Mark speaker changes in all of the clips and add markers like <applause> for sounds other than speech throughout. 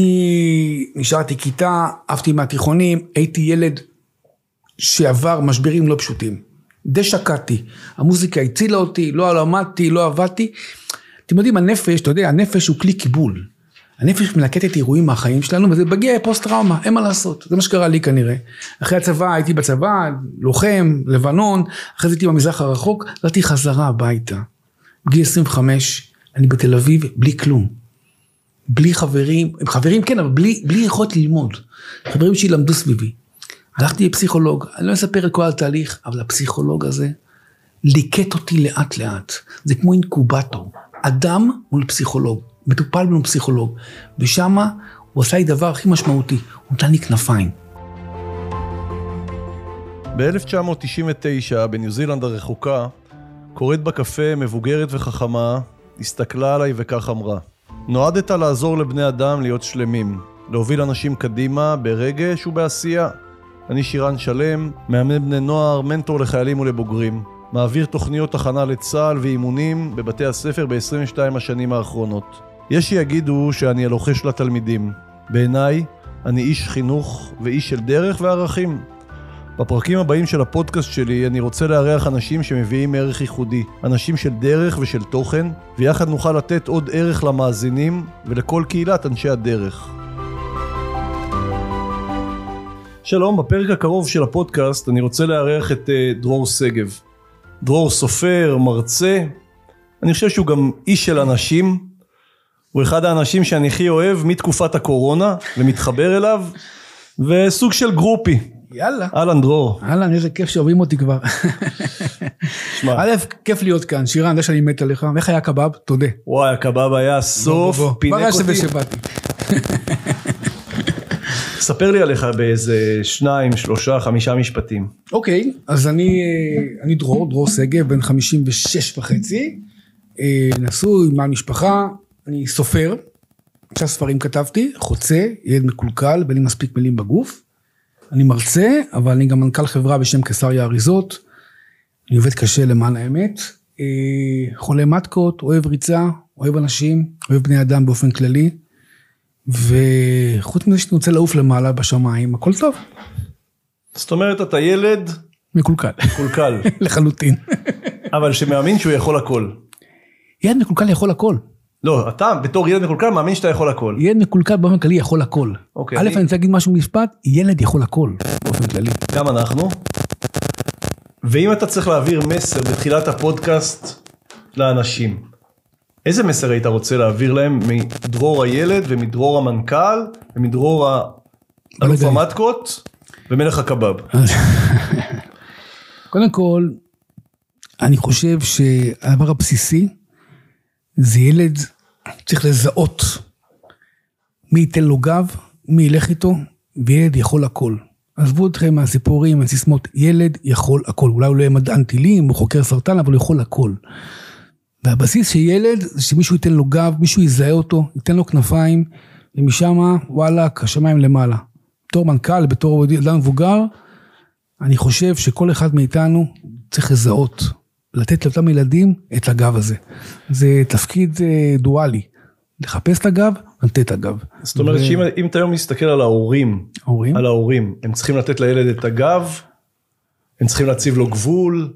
Speaker 1: אני נשארתי כיתה, עפתי מהתיכונים, הייתי ילד שעבר משברים לא פשוטים. די שקעתי. המוזיקה הצילה אותי, לא למדתי, לא עבדתי. אתם יודעים, הנפש, אתה יודע, הנפש הוא כלי קיבול. הנפש מלקטת אירועים מהחיים שלנו, וזה מגיע פוסט טראומה, אין מה לעשות. זה מה שקרה לי כנראה. אחרי הצבא, הייתי בצבא, לוחם, לבנון, אחרי זה הייתי במזרח הרחוק, חזרתי חזרה הביתה. בגיל 25, אני בתל אביב, בלי כלום. בלי חברים, עם חברים כן, אבל בלי, בלי יכולת ללמוד. חברים שילמדו סביבי. הלכתי לפסיכולוג, אני לא אספר את כל התהליך, אבל הפסיכולוג הזה ליקט אותי לאט לאט. זה כמו אינקובטור, אדם מול פסיכולוג, מטופל מול פסיכולוג, ושמה הוא עשה לי דבר הכי משמעותי, הוא נתן לי כנפיים.
Speaker 2: ב-1999, בניו זילנד הרחוקה, קוראת בקפה מבוגרת וחכמה, הסתכלה עליי וכך אמרה: נועדת לעזור לבני אדם להיות שלמים, להוביל אנשים קדימה ברגש ובעשייה. אני שירן שלם, מאמן בני נוער, מנטור לחיילים ולבוגרים. מעביר תוכניות הכנה לצה"ל ואימונים בבתי הספר ב-22 השנים האחרונות. יש שיגידו שאני הלוחש לתלמידים. בעיניי, אני איש חינוך ואיש של דרך וערכים. בפרקים הבאים של הפודקאסט שלי אני רוצה לארח אנשים שמביאים ערך ייחודי, אנשים של דרך ושל תוכן, ויחד נוכל לתת עוד ערך למאזינים ולכל קהילת אנשי הדרך. שלום, בפרק הקרוב של הפודקאסט אני רוצה לארח את אה, דרור שגב. דרור סופר, מרצה, אני חושב שהוא גם איש של אנשים. הוא אחד האנשים שאני הכי אוהב מתקופת הקורונה ומתחבר אליו, וסוג של גרופי.
Speaker 1: יאללה.
Speaker 2: אהלן דרור.
Speaker 1: אהלן, איזה כיף שאוהבים אותי כבר.
Speaker 2: שמע,
Speaker 1: א', כיף להיות כאן, שירן, אני יודע שאני מת עליך, ואיך היה קבב? תודה.
Speaker 2: וואי, הקבב היה סוף,
Speaker 1: בוא, בוא, בוא.
Speaker 2: פינק
Speaker 1: ברש
Speaker 2: אותי.
Speaker 1: שבאתי.
Speaker 2: ספר לי עליך באיזה שניים, שלושה, חמישה משפטים.
Speaker 1: אוקיי, אז אני, אני דרור, דרור שגב, בן 56 וחצי, אה, נשוי, מעל משפחה, אני סופר, שלושה ספרים כתבתי, חוצה, ילד מקולקל, ואין לי מספיק מילים בגוף. אני מרצה, אבל אני גם מנכ"ל חברה בשם קיסריה אריזות. אני עובד קשה למען האמת. אה, חולה מתקות, אוהב ריצה, אוהב אנשים, אוהב בני אדם באופן כללי. וחוץ מזה שאני רוצה לעוף למעלה בשמיים, הכל טוב,
Speaker 2: זאת אומרת, אתה ילד
Speaker 1: מקולקל, <laughs>
Speaker 2: קולקל,
Speaker 1: לחלוטין.
Speaker 2: אבל שמאמין שהוא יכול הכל.
Speaker 1: ילד מקולקל יכול הכל.
Speaker 2: לא, אתה בתור ילד מקולקל מאמין שאתה יכול הכל.
Speaker 1: ילד מקולקל באופן כללי יכול הכל.
Speaker 2: אוקיי,
Speaker 1: א',
Speaker 2: אני-
Speaker 1: אני רוצה להגיד משהו במשפט, ילד יכול הכל באופן כללי.
Speaker 2: גם אנחנו. ואם אתה צריך להעביר מסר בתחילת הפודקאסט לאנשים, איזה מסר היית רוצה להעביר להם מדרור הילד ומדרור המנכ"ל ומדרור ה- אלוף
Speaker 1: בלגן.
Speaker 2: המטקות ומלך הקבב?
Speaker 1: קודם כל, אני חושב שהדבר הבסיסי זה ילד צריך לזהות מי ייתן לו גב, מי ילך איתו, וילד יכול הכל. עזבו אתכם מהסיפורים, מהסיסמאות, ילד יכול הכל. אולי הוא לא יהיה מדען טילים או חוקר סרטן, אבל הוא יכול הכל. והבסיס של ילד זה שמישהו ייתן לו גב, מישהו יזהה אותו, ייתן לו כנפיים, ומשם וואלכ, השמיים למעלה. בתור מנכ"ל, בתור אדם מבוגר, אני חושב שכל אחד מאיתנו צריך לזהות, לתת לאותם ילדים את הגב הזה. זה תפקיד אה, דואלי, לחפש את הגב, לתת את הגב.
Speaker 2: זאת אומרת
Speaker 1: ו- כן.
Speaker 2: שאם אם אתה היום מסתכל על ההורים,
Speaker 1: ההורים?
Speaker 2: על ההורים, הם צריכים לתת לילד את הגב, הם צריכים להציב לו גבול,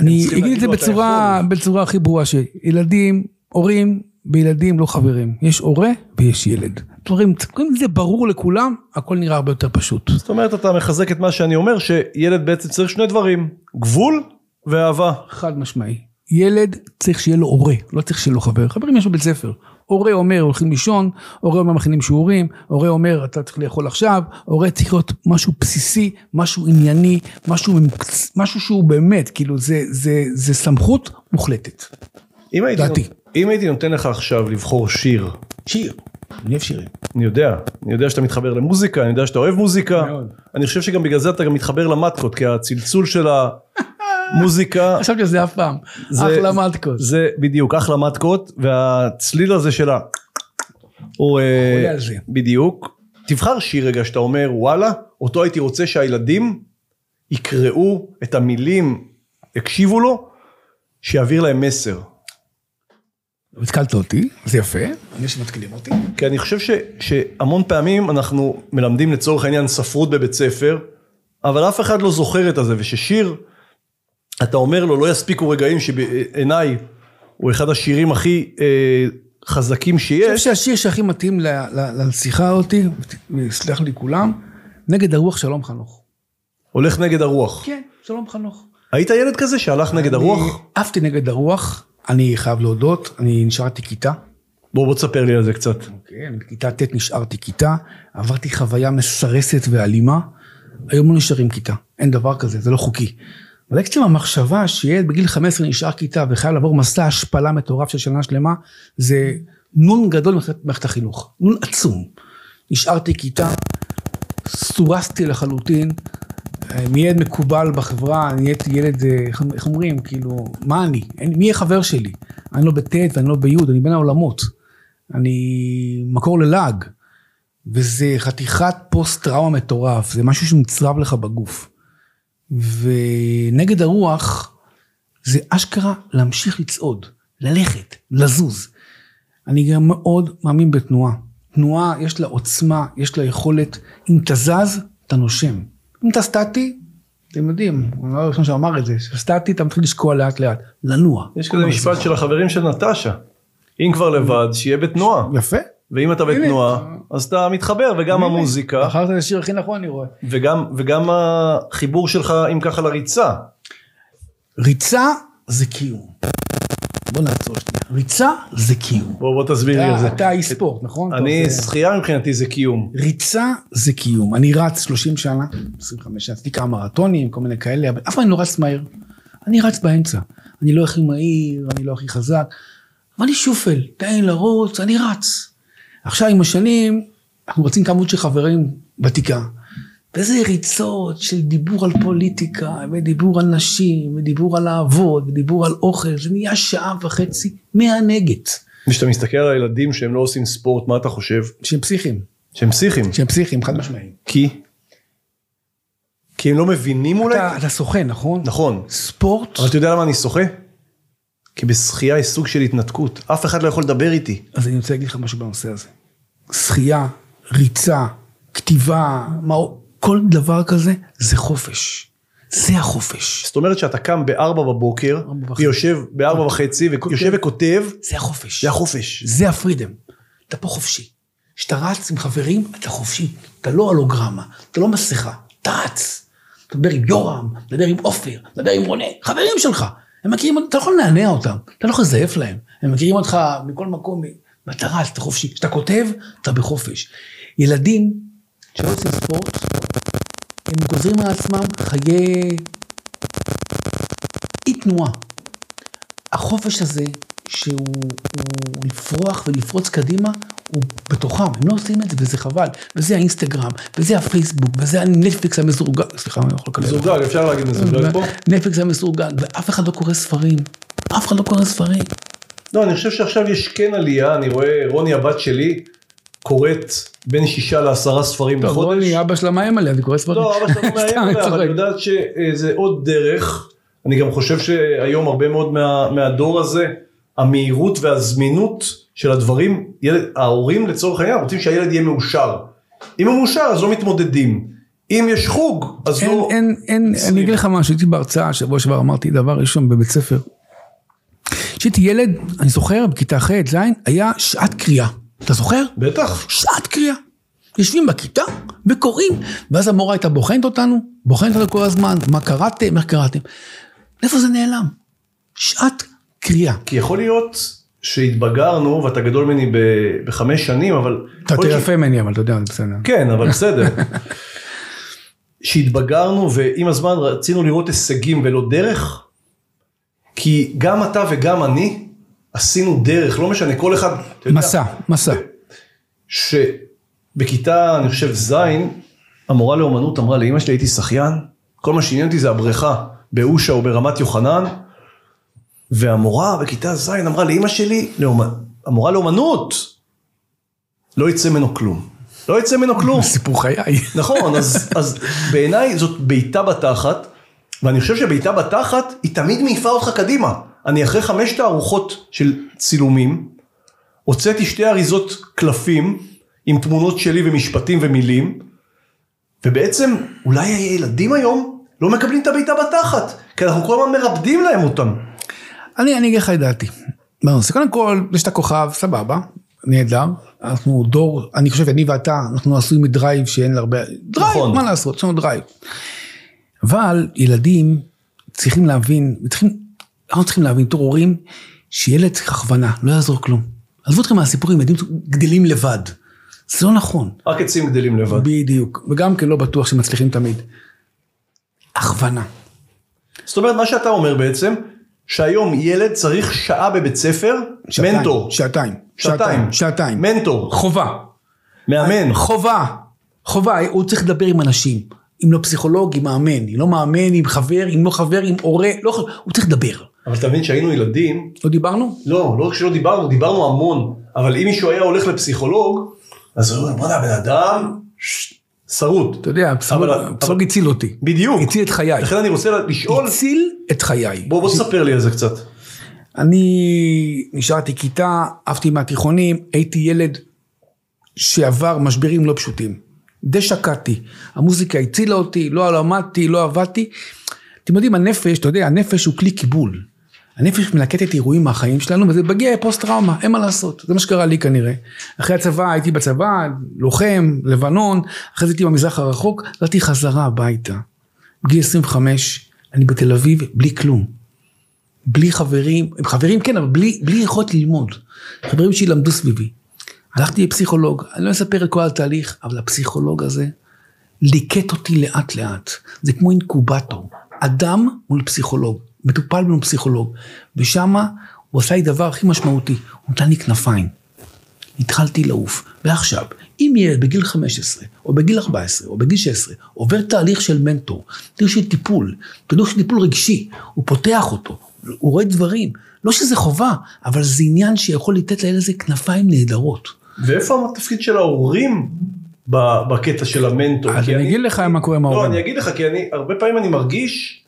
Speaker 1: אני
Speaker 2: צריכים
Speaker 1: אגיד את זה
Speaker 2: להגיד לו, אתה
Speaker 1: בצורה, בצורה הכי ברורה שילדים, הורים וילדים לא חברים. יש הורה ויש ילד. דברים, אם זה ברור לכולם, הכל נראה הרבה יותר פשוט.
Speaker 2: זאת אומרת אתה מחזק את מה שאני אומר שילד בעצם צריך שני דברים, גבול ואהבה.
Speaker 1: חד משמעי. ילד צריך שיהיה לו הורה, לא צריך שיהיה לו חבר. חברים יש בבית ספר. הורה אומר הולכים לישון, הורה אומר מכינים שיעורים, הורה אומר אתה צריך לאכול עכשיו, הורה צריך להיות משהו בסיסי, משהו ענייני, משהו, ממקצ- משהו שהוא באמת, כאילו זה, זה, זה סמכות מוחלטת.
Speaker 2: אם הייתי,
Speaker 1: דעתי.
Speaker 2: אם הייתי נותן לך עכשיו לבחור שיר,
Speaker 1: שיר. אני אוהב שירים.
Speaker 2: אני יודע, אני יודע שאתה מתחבר למוזיקה, אני יודע שאתה אוהב מוזיקה,
Speaker 1: מאוד.
Speaker 2: אני חושב שגם בגלל זה אתה גם מתחבר למטקות, כי הצלצול של
Speaker 1: <laughs>
Speaker 2: המוזיקה
Speaker 1: חשבתי על זה אף פעם.
Speaker 2: זה-
Speaker 1: אחלה מתקות.
Speaker 2: זה בדיוק אחלה מתקות, והצליל הזה של ה... הוא... אה,
Speaker 1: עולה על זה.
Speaker 2: בדיוק. תבחר שיר רגע שאתה אומר וואלה, אותו הייתי רוצה שהילדים יקראו את המילים, יקשיבו לו, שיעביר להם מסר.
Speaker 1: התקלת אותי, זה יפה, אני שמתקילים אותי.
Speaker 2: כי אני חושב ש, שהמון פעמים אנחנו מלמדים לצורך העניין ספרות בבית ספר, אבל אף אחד לא זוכר את הזה, וששיר, אתה אומר לו, לא יספיקו רגעים שבעיניי הוא אחד השירים הכי אה, חזקים
Speaker 1: אני
Speaker 2: שיש,
Speaker 1: חושב שהשיר שהכי מתאים ל- ל- לשיחה אותי, ויסלח לי כולם, נגד הרוח שלום חנוך.
Speaker 2: הולך נגד הרוח.
Speaker 1: כן, שלום חנוך.
Speaker 2: היית ילד כזה שהלך נגד הרוח?
Speaker 1: אני עפתי נגד הרוח, אני חייב להודות, אני נשארתי כיתה.
Speaker 2: בוא, בוא תספר לי על זה קצת.
Speaker 1: כן, בכיתה ט' נשארתי כיתה, עברתי חוויה מסרסת ואלימה, היום לא נשארים כיתה, אין דבר כזה, זה לא חוקי. אבל עצם המחשבה שילד בגיל 15 נשאר כיתה וחייב לעבור מסע השפלה מטורף של שנה שלמה, זה נון גדול ממערכת- מערכת החינוך, נון עצום. נשארתי כיתה, סורסתי לחלוטין, אה, מילד מקובל בחברה, נהייתי ילד, אה, איך- איך אומרים, כאילו, מה אני? אין, מי יהיה חבר שלי? אני לא בט' ואני לא בי', אני בין העולמות. אני מקור ללעג. וזה חתיכת פוסט-טראומה מטורף, זה משהו שנצרב לך בגוף. ונגד הרוח, זה אשכרה להמשיך לצעוד, ללכת, לזוז. אני גם מאוד מאמין בתנועה. תנועה, יש לה עוצמה, יש לה יכולת. אם אתה זז, אתה נושם. אם אתה סטטי, אתם יודעים, הוא לא הראשון שאמר את זה, שסטטי אתה מתחיל לשקוע לאט לאט, לנוע.
Speaker 2: יש כזה משפט של החברים של נטשה. אם כבר לבד, שיהיה בתנועה.
Speaker 1: יפה.
Speaker 2: ואם אתה בתנועה, אז אתה מתחבר, וגם המוזיקה,
Speaker 1: בחרת את השיר הכי נכון, אני רואה.
Speaker 2: וגם, וגם החיבור שלך, אם ככה, לריצה.
Speaker 1: ריצה זה קיום. בוא נעצור שנייה. ריצה זה קיום.
Speaker 2: בוא, בוא תסביר לי על כן, זה.
Speaker 1: אתה- אתה אי ספורט, נכון?
Speaker 2: אני,
Speaker 1: אתה עושה-
Speaker 2: שחייה מבחינתי זה קיום.
Speaker 1: ריצה זה קיום. אני רץ 30 שנה, 25 שנה, עשיתי כמה מרתונים, כל מיני כאלה, אבל אף פעם אני לא רץ מהר. אני רץ באמצע. אני לא הכי מהיר, אני לא הכי חזק, אבל אני שופל, תן לי לרוץ, אני רץ. עכשיו עם השנים, אנחנו רצים כמות של חברים ותיקה. וזה ריצות של דיבור על פוליטיקה, ודיבור על נשים, ודיבור על לעבוד, ודיבור על אוכל, זה נהיה שעה וחצי מהנגד,
Speaker 2: כשאתה מסתכל על הילדים שהם לא עושים ספורט, מה אתה חושב?
Speaker 1: שהם פסיכים,
Speaker 2: שהם פסיכים.
Speaker 1: שהם פסיכים, חד משמעיים.
Speaker 2: כי? כי הם לא מבינים אולי?
Speaker 1: אתה, אתה סוכן, נכון?
Speaker 2: נכון.
Speaker 1: ספורט,
Speaker 2: אבל אתה יודע למה אני שוחה? כי בשחייה יש סוג של התנתקות. אף אחד לא יכול לדבר איתי.
Speaker 1: אז אני רוצה להגיד לך משהו בנושא הזה. שחייה, ריצה, כתיבה, מה, כל דבר כזה זה חופש. זה החופש.
Speaker 2: זאת אומרת שאתה קם בארבע בבוקר,
Speaker 1: ארבע וחצי.
Speaker 2: ויושב בארבע וחצי, ויושב וכותב,
Speaker 1: זה החופש.
Speaker 2: זה החופש.
Speaker 1: זה הפרידם. אתה פה חופשי. כשאתה רץ עם חברים, אתה חופשי. אתה לא הולוגרמה, אתה לא מסכה, אתה רץ. אתה מדבר עם יורם, מדבר עם עופר, מדבר עם רונן, חברים שלך. הם מכירים, אתה לא יכול לנענע אותם, אתה לא יכול לזייף להם. הם מכירים אותך מכל מקום, ואתה רץ, אתה חופשי. כשאתה כותב, אתה בחופש. ילדים שלא עושים ספורט, הם גוזרים על עצמם חיי אי תנועה. החופש הזה, שהוא הוא לפרוח ולפרוץ קדימה, הוא בתוכם, הם לא עושים את זה וזה חבל. וזה האינסטגרם, וזה הפייסבוק, וזה הנטפליקס המזורגל, סליחה, אני לא יכול לקלל.
Speaker 2: מזוגג, אפשר להגיד מזוגג לא פה?
Speaker 1: נטפליקס המסורגל, ואף אחד לא קורא ספרים. אף אחד לא קורא ספרים.
Speaker 2: לא, אני חושב שעכשיו יש כן עלייה, אני רואה, רוני הבת שלי קוראת בין שישה לעשרה ספרים בחודש.
Speaker 1: לא, אבא שלה מאיים עליה, אני קורא ספרים.
Speaker 2: לא,
Speaker 1: <laughs>
Speaker 2: אבא שלנו מאיים עליה, אבל את יודעת שזה עוד דרך. אני גם חושב שהיום הרבה מאוד מה, מהדור הזה, המהירות והזמינות של הדברים, ילד, ההורים לצורך העניין רוצים שהילד יהיה מאושר. אם הוא מאושר אז לא מתמודדים. אם יש חוג, אז
Speaker 1: אין,
Speaker 2: לא...
Speaker 1: אין, אין,
Speaker 2: עשרים.
Speaker 1: אני אגיד לך משהו, הייתי בהרצאה, שבוע שעבר אמרתי דבר ראשון בבית ספר. כשהייתי ילד, אני זוכר, בכיתה ח', ז', היה שעת קריאה. אתה זוכר?
Speaker 2: בטח.
Speaker 1: שעת קריאה. יושבים בכיתה וקוראים, ואז המורה הייתה בוחנת אותנו, בוחנת אותנו כל הזמן, מה קראתם, איך קראתם. איפה זה נעלם? שעת קריאה.
Speaker 2: כי יכול להיות שהתבגרנו, ואתה גדול ממני ב- בחמש שנים, אבל...
Speaker 1: אתה
Speaker 2: יכול
Speaker 1: יותר
Speaker 2: להיות ש-
Speaker 1: יפה ממני, אבל אתה יודע, זה בסדר.
Speaker 2: כן, אבל בסדר. שהתבגרנו ועם הזמן רצינו לראות הישגים ולא דרך, כי גם אתה וגם אני עשינו דרך, לא משנה, כל אחד... אתה יודע,
Speaker 1: מסע, מסע.
Speaker 2: שבכיתה, אני חושב, ז', המורה לאומנות אמרה לאמא שלי, הייתי שחיין, כל מה שעניין אותי זה הבריכה, באושה או ברמת יוחנן, והמורה בכיתה ז' אמרה לאמא שלי, לאומ... המורה לאומנות, לא יצא ממנו כלום. לא יצא ממנו כלום.
Speaker 1: סיפור חיי.
Speaker 2: נכון, אז, אז בעיניי זאת בעיטה בתחת, ואני חושב שבעיטה בתחת היא תמיד מעיפה אותך קדימה. אני אחרי חמש תערוכות של צילומים, הוצאתי שתי אריזות קלפים עם תמונות שלי ומשפטים ומילים, ובעצם אולי הילדים היום לא מקבלים את הבעיטה בתחת, כי אנחנו כל הזמן מרפדים להם אותם.
Speaker 1: אני, אני אגיד לך את דעתי. בנושא, קודם כל, יש את הכוכב, סבבה, נהדר. אנחנו דור, אני חושב, אני ואתה, אנחנו עשויים מדרייב שאין להרבה... דרייב,
Speaker 2: נכון.
Speaker 1: מה לעשות, יש לנו דרייב. אבל ילדים צריכים להבין, צריכים, אנחנו צריכים להבין, בתור הורים, שילד צריך הכוונה, לא יעזור כלום. עזבו אתכם מהסיפורים, ילדים גדלים לבד. זה לא נכון.
Speaker 2: רק עצים גדלים לבד.
Speaker 1: בדיוק. וגם כן לא בטוח שמצליחים תמיד. הכוונה.
Speaker 2: זאת אומרת, מה שאתה אומר בעצם, שהיום ילד צריך שעה בבית ספר,
Speaker 1: שעתיים,
Speaker 2: מנטור.
Speaker 1: שעתיים.
Speaker 2: שעתיים.
Speaker 1: שעתיים.
Speaker 2: מנטור.
Speaker 1: חובה.
Speaker 2: מאמן.
Speaker 1: כן, חובה, חובה, הוא צריך לדבר עם אנשים. אם לא פסיכולוג, עם מאמן, אם לא מאמן, עם חבר, אם לא חבר, עם הורה, לא חשוב, הוא צריך לדבר.
Speaker 2: אבל אתה מבין שהיינו ילדים,
Speaker 1: לא דיברנו?
Speaker 2: לא, לא רק שלא דיברנו, דיברנו המון, אבל אם מישהו היה הולך לפסיכולוג, אז הוא אומר, בוא'נה, הבן אדם ש- שרוט.
Speaker 1: אתה יודע, הפסיכולוג
Speaker 2: אבל-
Speaker 1: הפסיכולוג הציל אותי.
Speaker 2: בדיוק.
Speaker 1: הציל את חיי.
Speaker 2: לכן אני רוצה לשאול,
Speaker 1: הציל את חיי.
Speaker 2: בוא בוא תספר לי על זה קצת.
Speaker 1: אני נשארתי כיתה, עפתי מהתיכונים, הייתי ילד שעבר משברים לא פשוטים. די שקעתי, המוזיקה הצילה אותי, לא למדתי, לא עבדתי. אתם יודעים, הנפש, אתה יודע, הנפש הוא כלי קיבול. הנפש מלקטת אירועים מהחיים שלנו, וזה מגיע פוסט טראומה, אין מה לעשות. זה מה שקרה לי כנראה. אחרי הצבא, הייתי בצבא, לוחם, לבנון, אחרי זה הייתי במזרח הרחוק, הלכתי חזרה הביתה. בגיל 25, אני בתל אביב, בלי כלום. בלי חברים, עם חברים כן, אבל בלי, בלי יכולת ללמוד. חברים שילמדו סביבי. הלכתי לפסיכולוג, אני לא אספר את כל התהליך, אבל הפסיכולוג הזה ליקט אותי לאט לאט. זה כמו אינקובטור. אדם מול פסיכולוג, מטופל מול פסיכולוג, ושמה הוא עשה לי דבר הכי משמעותי, הוא נתן לי כנפיים. התחלתי לעוף, ועכשיו, אם ילד בגיל 15, או בגיל 14, או בגיל 16, עובר תהליך של מנטור, תהליך של טיפול, תהליך של טיפול רגשי, הוא פותח אותו, הוא רואה דברים, לא שזה חובה, אבל זה עניין שיכול לתת לילד הזה כנפיים נהדרות.
Speaker 2: ואיפה התפקיד של ההורים ב- בקטע של המנטור?
Speaker 1: אז
Speaker 2: כי
Speaker 1: אני אגיד לך מה קורה עם
Speaker 2: לא,
Speaker 1: ההורים.
Speaker 2: אני אגיד לך, כי אני, הרבה פעמים אני מרגיש,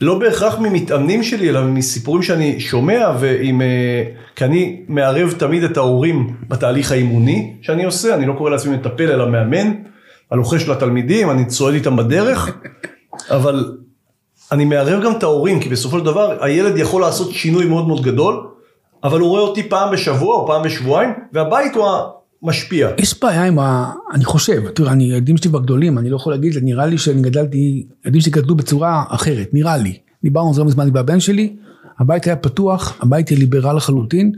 Speaker 2: לא בהכרח ממתאמנים שלי, אלא מסיפורים שאני שומע, ועם, אה, כי אני מערב תמיד את ההורים בתהליך האימוני שאני עושה, אני לא קורא לעצמי מטפל, אלא מאמן, הלוחש לתלמידים, אני צועד איתם בדרך, אבל אני מערב גם את ההורים, כי בסופו של דבר, הילד יכול לעשות שינוי מאוד מאוד גדול, אבל הוא רואה אותי פעם בשבוע או פעם בשבועיים, והבית הוא המשפיע.
Speaker 1: יש בעיה עם ה... אני חושב, תראה, אני, הילדים שלי כבר גדולים, אני לא יכול להגיד, זה נראה לי שאני גדלתי, הילדים שלי גדלו בצורה אחרת, נראה לי. דיברנו על זה לא מזמן עם הבן שלי, הבית היה פתוח, הבית היה ליברל לחלוטין,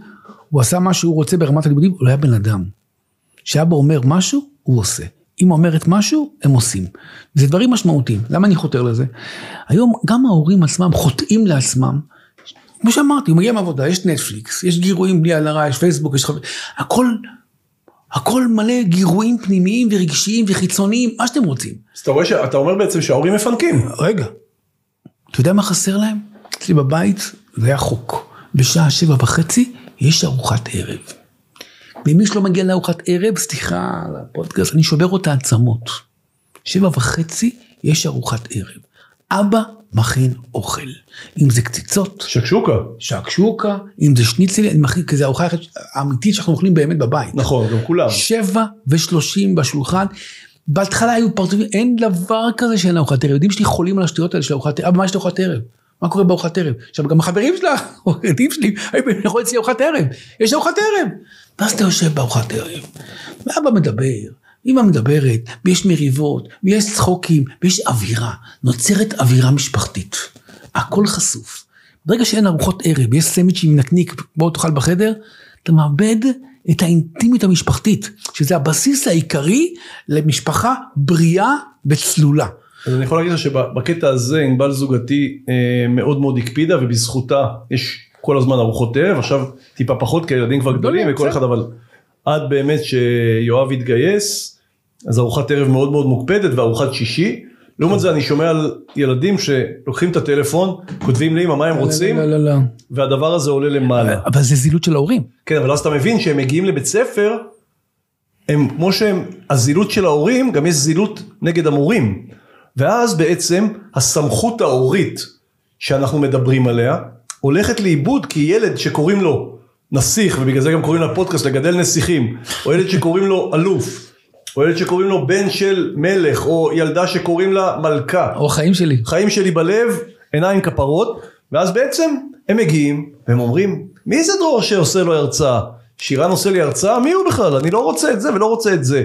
Speaker 1: הוא עשה מה שהוא רוצה ברמת הלימודים, הוא לא היה בן אדם. כשאבא אומר משהו, הוא עושה. אמא אומרת משהו, הם עושים. זה דברים משמעותיים. למה אני חותר לזה? היום גם ההורים עצמם חוטאים לעצמם. כמו שאמרתי, הוא מגיע מעבודה, יש נטפליקס, יש גירויים בלי עין הרע, יש פייסבוק, יש חבר... הכל, הכל מלא גירויים פנימיים ורגשיים וחיצוניים, מה שאתם רוצים.
Speaker 2: אז אתה רואה שאתה אומר בעצם שההורים מפנקים.
Speaker 1: רגע, אתה יודע מה חסר להם? אצלי בבית זה היה חוק. בשעה שבע וחצי יש ארוחת ערב. ואם מישהו לא מגיע לארוחת ערב, סליחה על הפודקאסט, אני שובר לו את העצמות. שבע וחצי יש ארוחת ערב. אבא מכין אוכל. אם זה קציצות,
Speaker 2: שקשוקה.
Speaker 1: שקשוקה, אם זה שניצל, אני מכין, כי זו הארוחה היחיד- האמיתית שאנחנו אוכלים באמת בבית.
Speaker 2: נכון, גם כולם.
Speaker 1: שבע ושלושים בשולחן. בהתחלה היו פרצופים, אין דבר כזה שאין ארוחת ערב. ילדים שלי חולים על השטויות האלה של ארוחת ערב. אבא, מה יש לארוחת ערב? מה קורה בארוחת ערב? עכשיו, גם החברים שלה, <laughs> הילדים שלי, היו באים לאכול אצלי ארוחת ערב. יש ארוחת ערב. ואז אתה יושב בארוחת ערב, ואבא מדבר, אמא מדברת, ויש מריבות, ויש צחוקים, ויש אווירה. נוצרת אווירה משפחתית. הכל חשוף. ברגע שאין ארוחות ערב, יש סמיץ' עם נקניק, בוא תאכל בחדר, אתה מאבד את האינטימיות המשפחתית, שזה הבסיס העיקרי למשפחה בריאה וצלולה.
Speaker 2: אז אני יכול להגיד לך שבקטע הזה ענבל זוגתי אה, מאוד מאוד הקפידה ובזכותה יש כל הזמן ארוחות ערב עכשיו טיפה פחות כי הילדים כבר גדולים
Speaker 1: גדולים,
Speaker 2: וכל אחד
Speaker 1: בסדר.
Speaker 2: אבל עד באמת שיואב התגייס אז ארוחת ערב מאוד מאוד מוקפדת וארוחת שישי. לעומת זה אני שומע על ילדים שלוקחים את הטלפון כותבים לאמא מה הם רוצים
Speaker 1: לא, לא, לא.
Speaker 2: והדבר הזה עולה למעלה.
Speaker 1: אבל זה זילות של ההורים.
Speaker 2: כן, אבל אז אתה מבין שהם מגיעים לבית ספר, הם, כמו שהם, הזילות של ההורים, גם יש זילות נגד המורים. ואז בעצם הסמכות ההורית שאנחנו מדברים עליה, הולכת לאיבוד כי ילד שקוראים לו נסיך, ובגלל זה גם קוראים לפודקאסט לגדל נסיכים, או ילד שקוראים לו אלוף, או ילד שקוראים לו בן של מלך, או ילדה שקוראים לה מלכה.
Speaker 1: או החיים שלי.
Speaker 2: חיים שלי בלב, עיניים כפרות, ואז בעצם הם מגיעים והם אומרים, מי זה דרור שעושה לו הרצאה? שירן עושה לי הרצאה? מי הוא בכלל? אני לא רוצה את זה ולא רוצה את זה.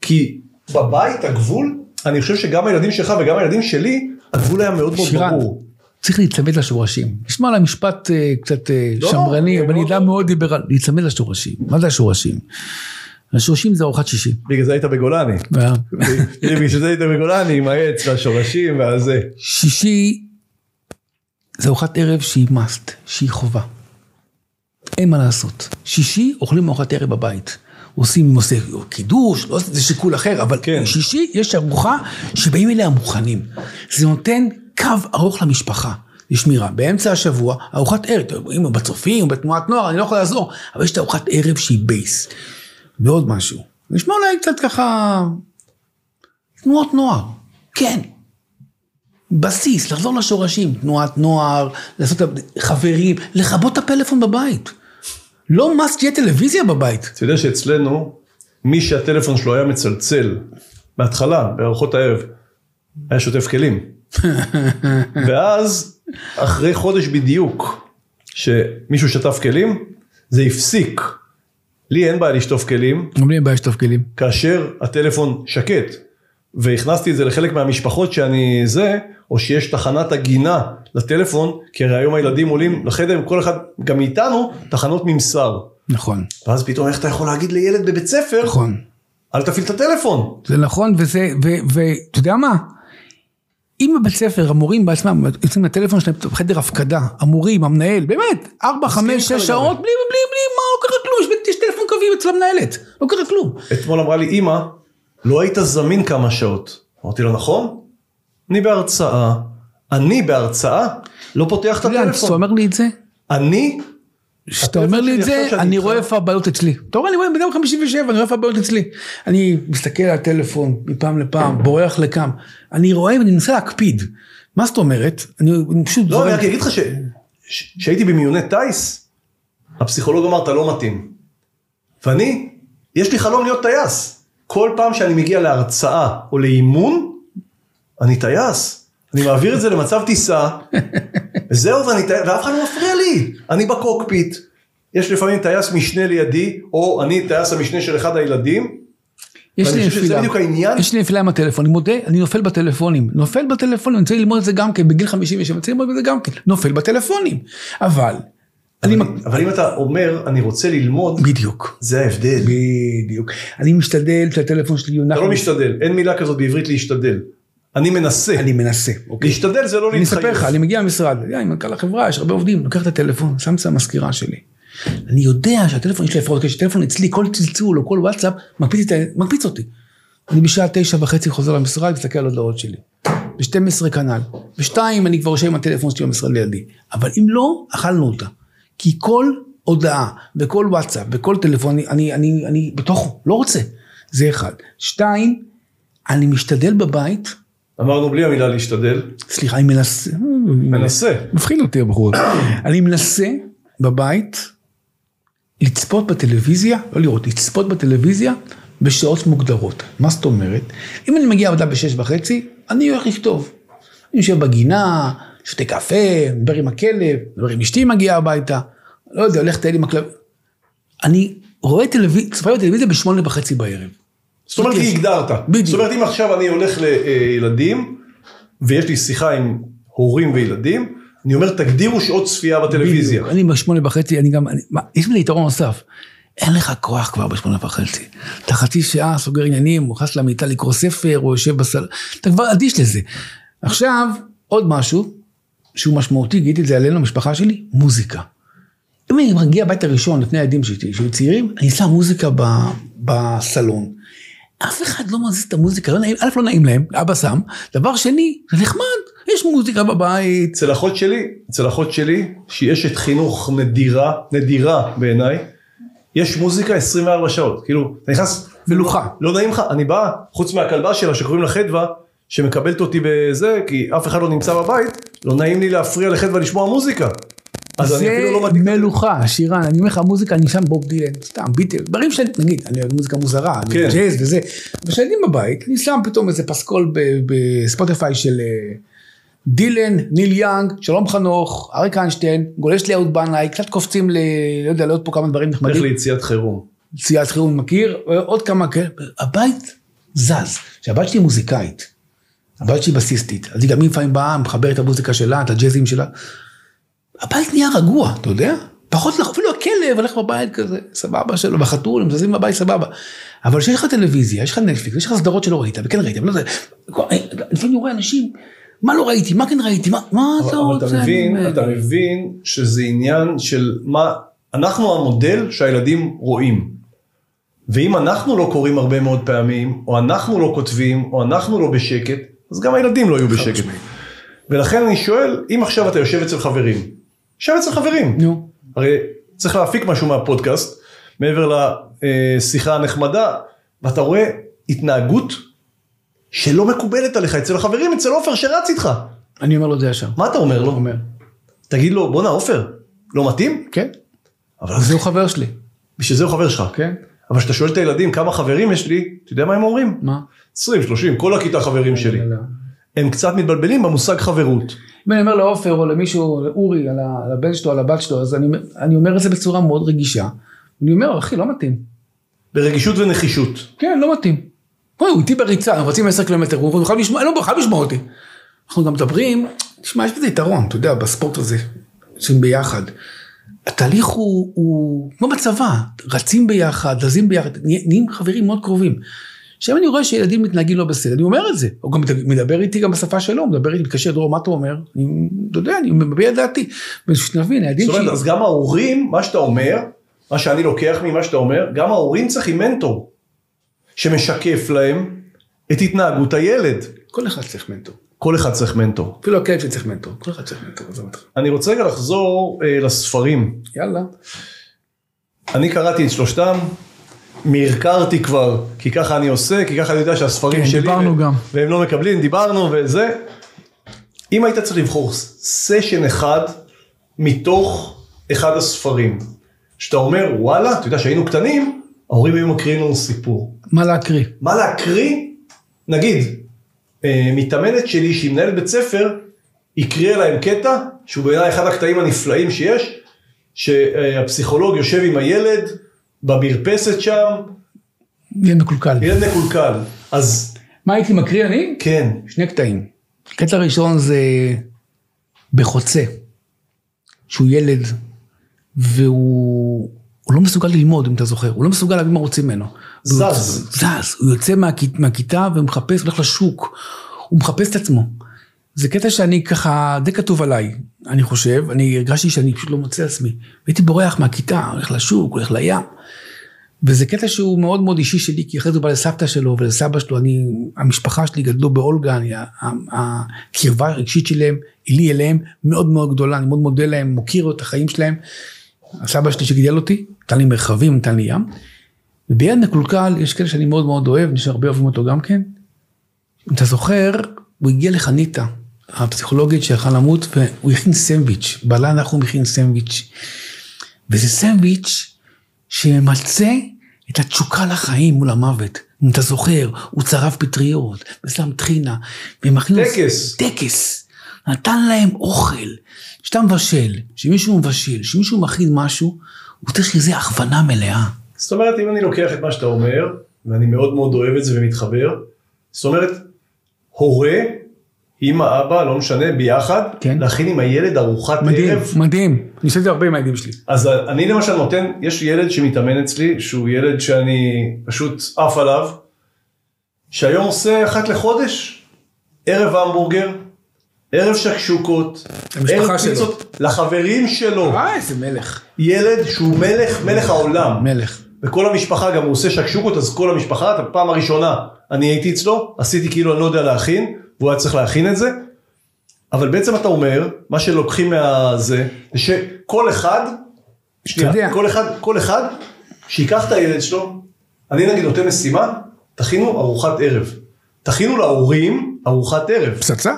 Speaker 2: כי בבית הגבול, אני חושב שגם הילדים שלך וגם הילדים שלי, הגבול היה מאוד מאוד
Speaker 1: שירן,
Speaker 2: ברור.
Speaker 1: צריך להיצמד לשורשים. נשמע על המשפט אה, קצת אה,
Speaker 2: לא,
Speaker 1: שמרני,
Speaker 2: זה
Speaker 1: אבל
Speaker 2: מאוד-
Speaker 1: אני אדם מאוד דיבר על להיצמד לשורשים. מה זה השורשים? השורשים זה ארוחת שישי.
Speaker 2: בגלל זה היית בגולני.
Speaker 1: וה-
Speaker 2: בגלל זה היית בגולני עם העץ והשורשים והזה.
Speaker 1: שישי זה ארוחת ערב שהיא must, שהיא חובה. אין מה לעשות. שישי אוכלים ארוחת ערב בבית. עושים אם עושה קידוש, לא, עושה- זה שיקול אחר, אבל
Speaker 2: כן.
Speaker 1: כן. שישי יש ארוחה שבאים אליה מוכנים. זה נותן קו ארוך למשפחה. לשמירה, באמצע השבוע, ארוחת ערב, אתה אומר, אם הוא בצופים, או בתנועת נוער, אני לא יכול לעזור, אבל יש את ארוחת ערב שהיא בייס. ועוד משהו, נשמע אולי קצת ככה, תנועות נוער, כן, בסיס, לחזור לשורשים, תנועת נוער, לעשות חברים, לכבות את הפלאפון בבית. לא מס תהיה טלוויזיה בבית.
Speaker 2: אתה יודע שאצלנו, מי שהטלפון שלו היה מצלצל, בהתחלה, בארוחות הערב, היה שוטף כלים. ואז, אחרי חודש בדיוק, שמישהו שטף כלים, זה הפסיק. לי אין בעיה לשטוף כלים,
Speaker 1: גם לי אין בעיה לשטוף כלים.
Speaker 2: כאשר הטלפון שקט. והכנסתי את זה לחלק מהמשפחות שאני זה, או שיש תחנת הגינה לטלפון, כי הרי היום הילדים עולים לחדר, כל אחד, גם מאיתנו, תחנות ממסר.
Speaker 1: נכון,
Speaker 2: ואז פתאום איך אתה יכול להגיד לילד בבית ספר,
Speaker 1: נכון.
Speaker 2: אל תפעיל את הטלפון.
Speaker 1: זה נכון, וזה, ואתה יודע מה? אם בבית ספר המורים בעצמם יוצאים לטלפון שלהם בחדר הפקדה, המורים, המנהל, באמת, 4, 5,
Speaker 2: איתך
Speaker 1: 6 שעות, בלי, בלי, בלי, מה, לא קרה כלום, יש- יש טלפון קווי אצל המנהלת, לא קרה כלום.
Speaker 2: אתמול אמרה לי, אמא, לא היית זמין כמה שעות. אמרתי לה, נכון? אני בהרצאה. אני בהרצאה לא פותח את
Speaker 1: אתה יודע, כשאתה
Speaker 2: הטלפון.
Speaker 1: אומר לי את זה,
Speaker 2: אני,
Speaker 1: כשאתה אומר לי את
Speaker 2: הטלפון שלי
Speaker 1: זה,
Speaker 2: עכשיו שאני
Speaker 1: אני
Speaker 2: איתך.
Speaker 1: רואה איפה הבעיות אצלי. אתה רואה, אני רואה בן אדם 57, אני רואה איפה הבעיות אצלי. אני מסתכל על הטלפון מפעם לפעם, בורח לכאן. אני רואה ואני מנסה להקפיד. מה זאת אומרת? אני אני פשוט...
Speaker 2: לא,
Speaker 1: זורם.
Speaker 2: אני רק אגיד לך ש- ש- שהייתי במיוני טיס, הפסיכולוג אמר, אתה לא מתאים. ואני, יש לי חלום להיות טייס. כל פעם שאני מגיע להרצאה או לאימון, אני טייס. אני מעביר את זה למצב
Speaker 1: <laughs>
Speaker 2: טיסה, וזהו, ואני, טי- ואף אחד לא מפריע לי. אני בקוקפיט. יש לפעמים טייס משנה לידי, או אני טייס המשנה של אחד הילדים.
Speaker 1: יש
Speaker 2: ואני
Speaker 1: לי
Speaker 2: חושב שזה
Speaker 1: נפילה.
Speaker 2: בדיוק העניין.
Speaker 1: יש לי נפילה עם הטלפון, אני מודה, אני נופל בטלפונים. נופל בטלפונים, אני צריך ללמוד את זה גם כן, בגיל 57, צריך ללמוד את זה גם כן. נופל בטלפונים. אבל, אני... מק-
Speaker 2: אבל אם אתה אומר, אני רוצה ללמוד,
Speaker 1: בדיוק.
Speaker 2: זה ההבדל.
Speaker 1: בדיוק. אני משתדל שהטלפון שלי יונח...
Speaker 2: אתה לא משתדל, אין מילה כזאת בעברית להשתדל. אני מנסה.
Speaker 1: אני מנסה, אוקיי?
Speaker 2: להשתדל זה לא
Speaker 1: אני
Speaker 2: להתחייב.
Speaker 1: אספר לך, אני מגיע למשרד, אני עם מנכ"ל החברה, יש הרבה עובדים, לוקח את הטלפון, שם את המזכירה שלי. אני יודע שהטלפון, יש לי הפרעות, כשהטלפון אצלי, כל צלצול או כל וואטסאפ, מקפיץ, את ה- מקפיץ אותי. אני בשעה תשע וחצי חוזר למשרד, מסתכל על הודעות שלי. ב-12 כנ"ל. ב-2 אני כבר יושב עם הטלפון שלי במשרד לידי. אבל אם לא, אכלנו אותה. כי כל הודעה, וכל וואטסאפ, וכל טלפון, אני, אני, אני, אני בתוכו, לא רוצה. זה אחד. שתיים, אני משתדל בבית,
Speaker 2: אמרנו בלי המילה להשתדל,
Speaker 1: סליחה, אני מנסה,
Speaker 2: מנסה.
Speaker 1: מפחיד אותי הבחור. אני מנסה בבית לצפות בטלוויזיה, לא לראות, לצפות בטלוויזיה בשעות מוגדרות. מה זאת אומרת? אם אני מגיע לעבודה בשש וחצי, אני הולך לכתוב. אני יושב בגינה, שותה קפה, מדבר עם הכלב, מדבר עם אשתי מגיעה הביתה, לא יודע, הולך לטייל עם הכלב. אני רואה טלוויזיה, צופה בטלוויזיה בשמונה וחצי בערב.
Speaker 2: זאת אומרת, כי הגדרת.
Speaker 1: אוקיי. בדיוק.
Speaker 2: זאת אומרת, אם עכשיו אני הולך לילדים, ויש לי שיחה עם הורים וילדים, אני אומר, תגדירו שעות צפייה בטלוויזיה.
Speaker 1: בדיוק. אני בשמונה וחצי, אני גם, אני, מה, יש לי יתרון נוסף. אין לך כוח כבר בשמונה וחצי. אתה חצי שעה סוגר עניינים, או נכנס למיטה לקרוא ספר, או יושב בסל... אתה כבר אדיש לזה. עכשיו, עוד משהו, שהוא משמעותי, גיליתי את זה עלינו, המשפחה שלי, מוזיקה. אם אני מגיע הביתה ראשון לפני הילדים שלי, שהיו צעירים, אני שם מוזיקה ב, בסלון. אף אחד לא מזיז את המוזיקה, לא נעים, א' לא נעים להם, אבא שם, דבר שני, זה נחמד, יש מוזיקה בבית,
Speaker 2: אצל אחות שלי, אצל אחות שלי, שהיא אשת חינוך נדירה, נדירה בעיניי, יש מוזיקה 24 שעות. כאילו, אתה נכנס,
Speaker 1: מלוכה.
Speaker 2: לא נעים לך, אני בא, חוץ מהכלבה שלה שקוראים לה חדווה, שמקבלת אותי בזה, כי אף אחד לא נמצא בבית, לא נעים לי להפריע לחדווה לשמוע מוזיקה. אז אני
Speaker 1: זה
Speaker 2: אפילו לא מדאיג.
Speaker 1: מלוכה, שירן, אני אומר לך, מוזיקה, אני שם בוב דילן, סתם, ביטל, דברים שאני, נגיד, אני אוהב מוזיקה מוזרה, אני
Speaker 2: כן.
Speaker 1: אוהב ג'אז וזה, וכשאני בבית, אני שם פתאום איזה פסקול ב- בספוטיפיי של אה, דילן, ניל יאנג, שלום חנוך, אריק איינשטיין, גולש לי אהוד בנאי, קצת קופצים ל... לא יודע, לעוד פה כמה דברים
Speaker 2: לך
Speaker 1: נחמדים,
Speaker 2: ליציאת חירום.
Speaker 1: ציית חירום מכיר, עוד כמה כאלה, הבית זז, שהבת שלי מוזיקאית, הבת שלי בסיסטית, אז היא גם לפעמים באה, מחברת את המוזיקה שלה, את הג'אזים שלה, הבית נהיה רגוע, אתה יודע? פחות, לח- אפילו הכלב הולך בבית כזה, סבבה שלו, בחתול, הם זזים בבית סבבה. אבל כשיש לך טלוויזיה, יש לך נטפליקס, יש לך סדרות שלא ראית, וכן ראית, אבל לא זה, לפעמים אני רואה אנשים, מה לא ראיתי, מה כן ראיתי, מה, מה
Speaker 2: אבל
Speaker 1: אתה
Speaker 2: אבל
Speaker 1: רוצה?
Speaker 2: אתה מבין,
Speaker 1: באמת?"
Speaker 2: אתה מבין שזה עניין של מה, אנחנו המודל שהילדים רואים. ואם אנחנו לא קוראים הרבה מאוד פעמים, או אנחנו לא כותבים, או אנחנו לא בשקט, אז גם הילדים לא יהיו בשקט. ולכן אני שואל, אם עכשיו אתה יושב אצל חברים, יושב אצל חברים.
Speaker 1: נו,
Speaker 2: הרי צריך להפיק משהו מהפודקאסט, מעבר לשיחה הנחמדה, ואתה רואה התנהגות שלא מקובלת עליך אצל החברים, אצל עופר שרץ איתך.
Speaker 1: אני אומר לו את זה ישר.
Speaker 2: מה אתה אומר
Speaker 1: הוא
Speaker 2: לו?
Speaker 1: אומר,
Speaker 2: תגיד לו, בואנה עופר, לא מתאים?
Speaker 1: כן,
Speaker 2: אבל
Speaker 1: אז הוא חבר שלי,
Speaker 2: בשביל זה הוא חבר שלך.
Speaker 1: כן,
Speaker 2: אבל כשאתה שואל את הילדים כמה חברים יש לי, אתה יודע מה הם אומרים?
Speaker 1: מה?
Speaker 2: 20, 30, כל הכיתה חברים שלי.
Speaker 1: לא, לא.
Speaker 2: הם קצת מתבלבלים במושג חברות.
Speaker 1: אם אני אומר לעופר או למישהו, לאורי, על ה- על הבן שלו, על הבת שלו, אז אני, אני אומר את זה בצורה מאוד רגישה. אני אומר, אחי, לא מתאים.
Speaker 2: ברגישות ונחישות.
Speaker 1: כן, לא מתאים. בואי, הוא איתי בריצה, אנחנו רצים 10 קילומטר, הוא בכלל לשמוע, אין לו בכלל לשמוע אותי. אנחנו גם מדברים, תשמע, יש בזה יתרון, אתה יודע, בספורט הזה, רצים ביחד. התהליך הוא, הוא כמו בצבא, רצים ביחד, זזים ביחד, נה- נהיים חברים מאוד קרובים. עכשיו אני רואה שילדים מתנהגים לא בסדר, אני אומר את זה. הוא גם מת- מדבר איתי גם בשפה שלו, הוא מדבר איתי, מתקשר, דרור, מה אתה אומר? אני, אתה יודע, אני מביע את דעתי. ושנבין, הילדים
Speaker 2: זאת
Speaker 1: שלי...
Speaker 2: אומרת, אז גם ההורים, מה שאתה אומר, מה שאני לוקח ממה שאתה אומר, גם ההורים צריכים מנטור שמשקף להם את התנהגות הילד.
Speaker 1: כל אחד צריך מנטור.
Speaker 2: כל אחד צריך מנטור.
Speaker 1: אפילו הכלב שצריך מנטור, כל אחד צריך מנטור, עזוב אותך.
Speaker 2: אני רוצה רגע לחזור אה, לספרים.
Speaker 1: יאללה.
Speaker 2: אני קראתי את שלושתם, מרקרתי כבר, כי ככה אני עושה, כי ככה אני יודע שהספרים
Speaker 1: כן,
Speaker 2: שלי,
Speaker 1: דיברנו גם.
Speaker 2: והם לא מקבלים, דיברנו וזה. אם היית צריך לבחור ס- סשן אחד מתוך אחד הספרים, שאתה אומר, וואלה, אתה יודע שהיינו קטנים, ההורים היו מקריאים לנו סיפור.
Speaker 1: מה להקריא?
Speaker 2: מה להקריא? נגיד, אה, מתאמנת שלי שהיא מנהלת בית ספר, הקריאה להם קטע, שהוא בעיניי אחד הקטעים הנפלאים שיש, שהפסיכולוג יושב עם הילד במרפסת שם,
Speaker 1: ילד מקולקל.
Speaker 2: ילד מקולקל. אז
Speaker 1: מה הייתי מקריא אני?
Speaker 2: כן,
Speaker 1: שני קטעים. קטע ראשון זה בחוצה, שהוא ילד, והוא הוא לא מסוגל ללמוד, אם אתה זוכר, הוא לא מסוגל להבין מה רוצים ממנו.
Speaker 2: זז.
Speaker 1: והוא- זז, הוא יוצא מהכי- מהכיתה ומחפש, הולך לשוק, הוא מחפש את עצמו. זה קטע שאני ככה, די כתוב עליי, אני חושב, אני הרגשתי שאני פשוט לא מוצא עצמי. הייתי בורח מהכיתה, הולך לשוק, הולך לים. וזה קטע שהוא מאוד מאוד אישי שלי, כי אחרי זה הוא בא לסבתא שלו ולסבא שלו, אני, המשפחה שלי גדלו באולגה, אני, ה- ה- הקרבה הרגשית שלהם, לי אליהם, מאוד מאוד גדולה, אני מאוד מודה להם, מוקיר את החיים שלהם. הסבא שלי שגידל אותי, נתן לי מרחבים, נתן לי ים. וביד מקולקל, יש כאלה שאני מאוד מאוד אוהב, יש הרבה אוהבים אותו גם כן. אם אתה זוכר, הוא הגיע לחניתה, הפסיכולוגית שיכלה למות, והוא הכין סנדוויץ', בעלה אנחנו מכין סנדוויץ'. וזה סנדוויץ' שממצה את התשוקה לחיים מול המוות. אם אתה זוכר, הוא צרב פטריות, ושם טחינה, ומכניס...
Speaker 2: טקס.
Speaker 1: טקס. נתן להם אוכל. כשאתה מבשל, כשמישהו מבשל, כשמישהו מכין משהו, הוא צריך לזה הכוונה מלאה.
Speaker 2: זאת אומרת, אם אני לוקח את מה שאתה אומר, ואני מאוד מאוד אוהב את זה ומתחבר, זאת אומרת, הורה, אמא, אבא, לא משנה, ביחד,
Speaker 1: כן.
Speaker 2: להכין עם הילד ארוחת
Speaker 1: מדהים,
Speaker 2: ערב.
Speaker 1: מדהים. אני עושה את זה הרבה עם הילדים שלי.
Speaker 2: אז אני למשל נותן, יש ילד שמתאמן אצלי, שהוא ילד שאני פשוט עף עליו, שהיום עושה אחת לחודש, ערב המבורגר, ערב שקשוקות,
Speaker 1: למשפחה שלו.
Speaker 2: ערב פיצות, לחברים שלו,
Speaker 1: אה, איזה מלך.
Speaker 2: ילד שהוא מלך, מלך העולם.
Speaker 1: מלך.
Speaker 2: וכל המשפחה גם הוא עושה שקשוקות אז כל המשפחה, את הפעם הראשונה אני הייתי אצלו, עשיתי כאילו אני לא יודע להכין, והוא היה צריך להכין את זה. אבל בעצם אתה אומר, מה שלוקחים מהזה, זה שכל אחד,
Speaker 1: יודע.
Speaker 2: שנייה, כל אחד, כל אחד, שייקח את הילד שלו, אני נגיד נותן משימה, תכינו ארוחת ערב. תכינו להורים ארוחת ערב.
Speaker 1: פצצה?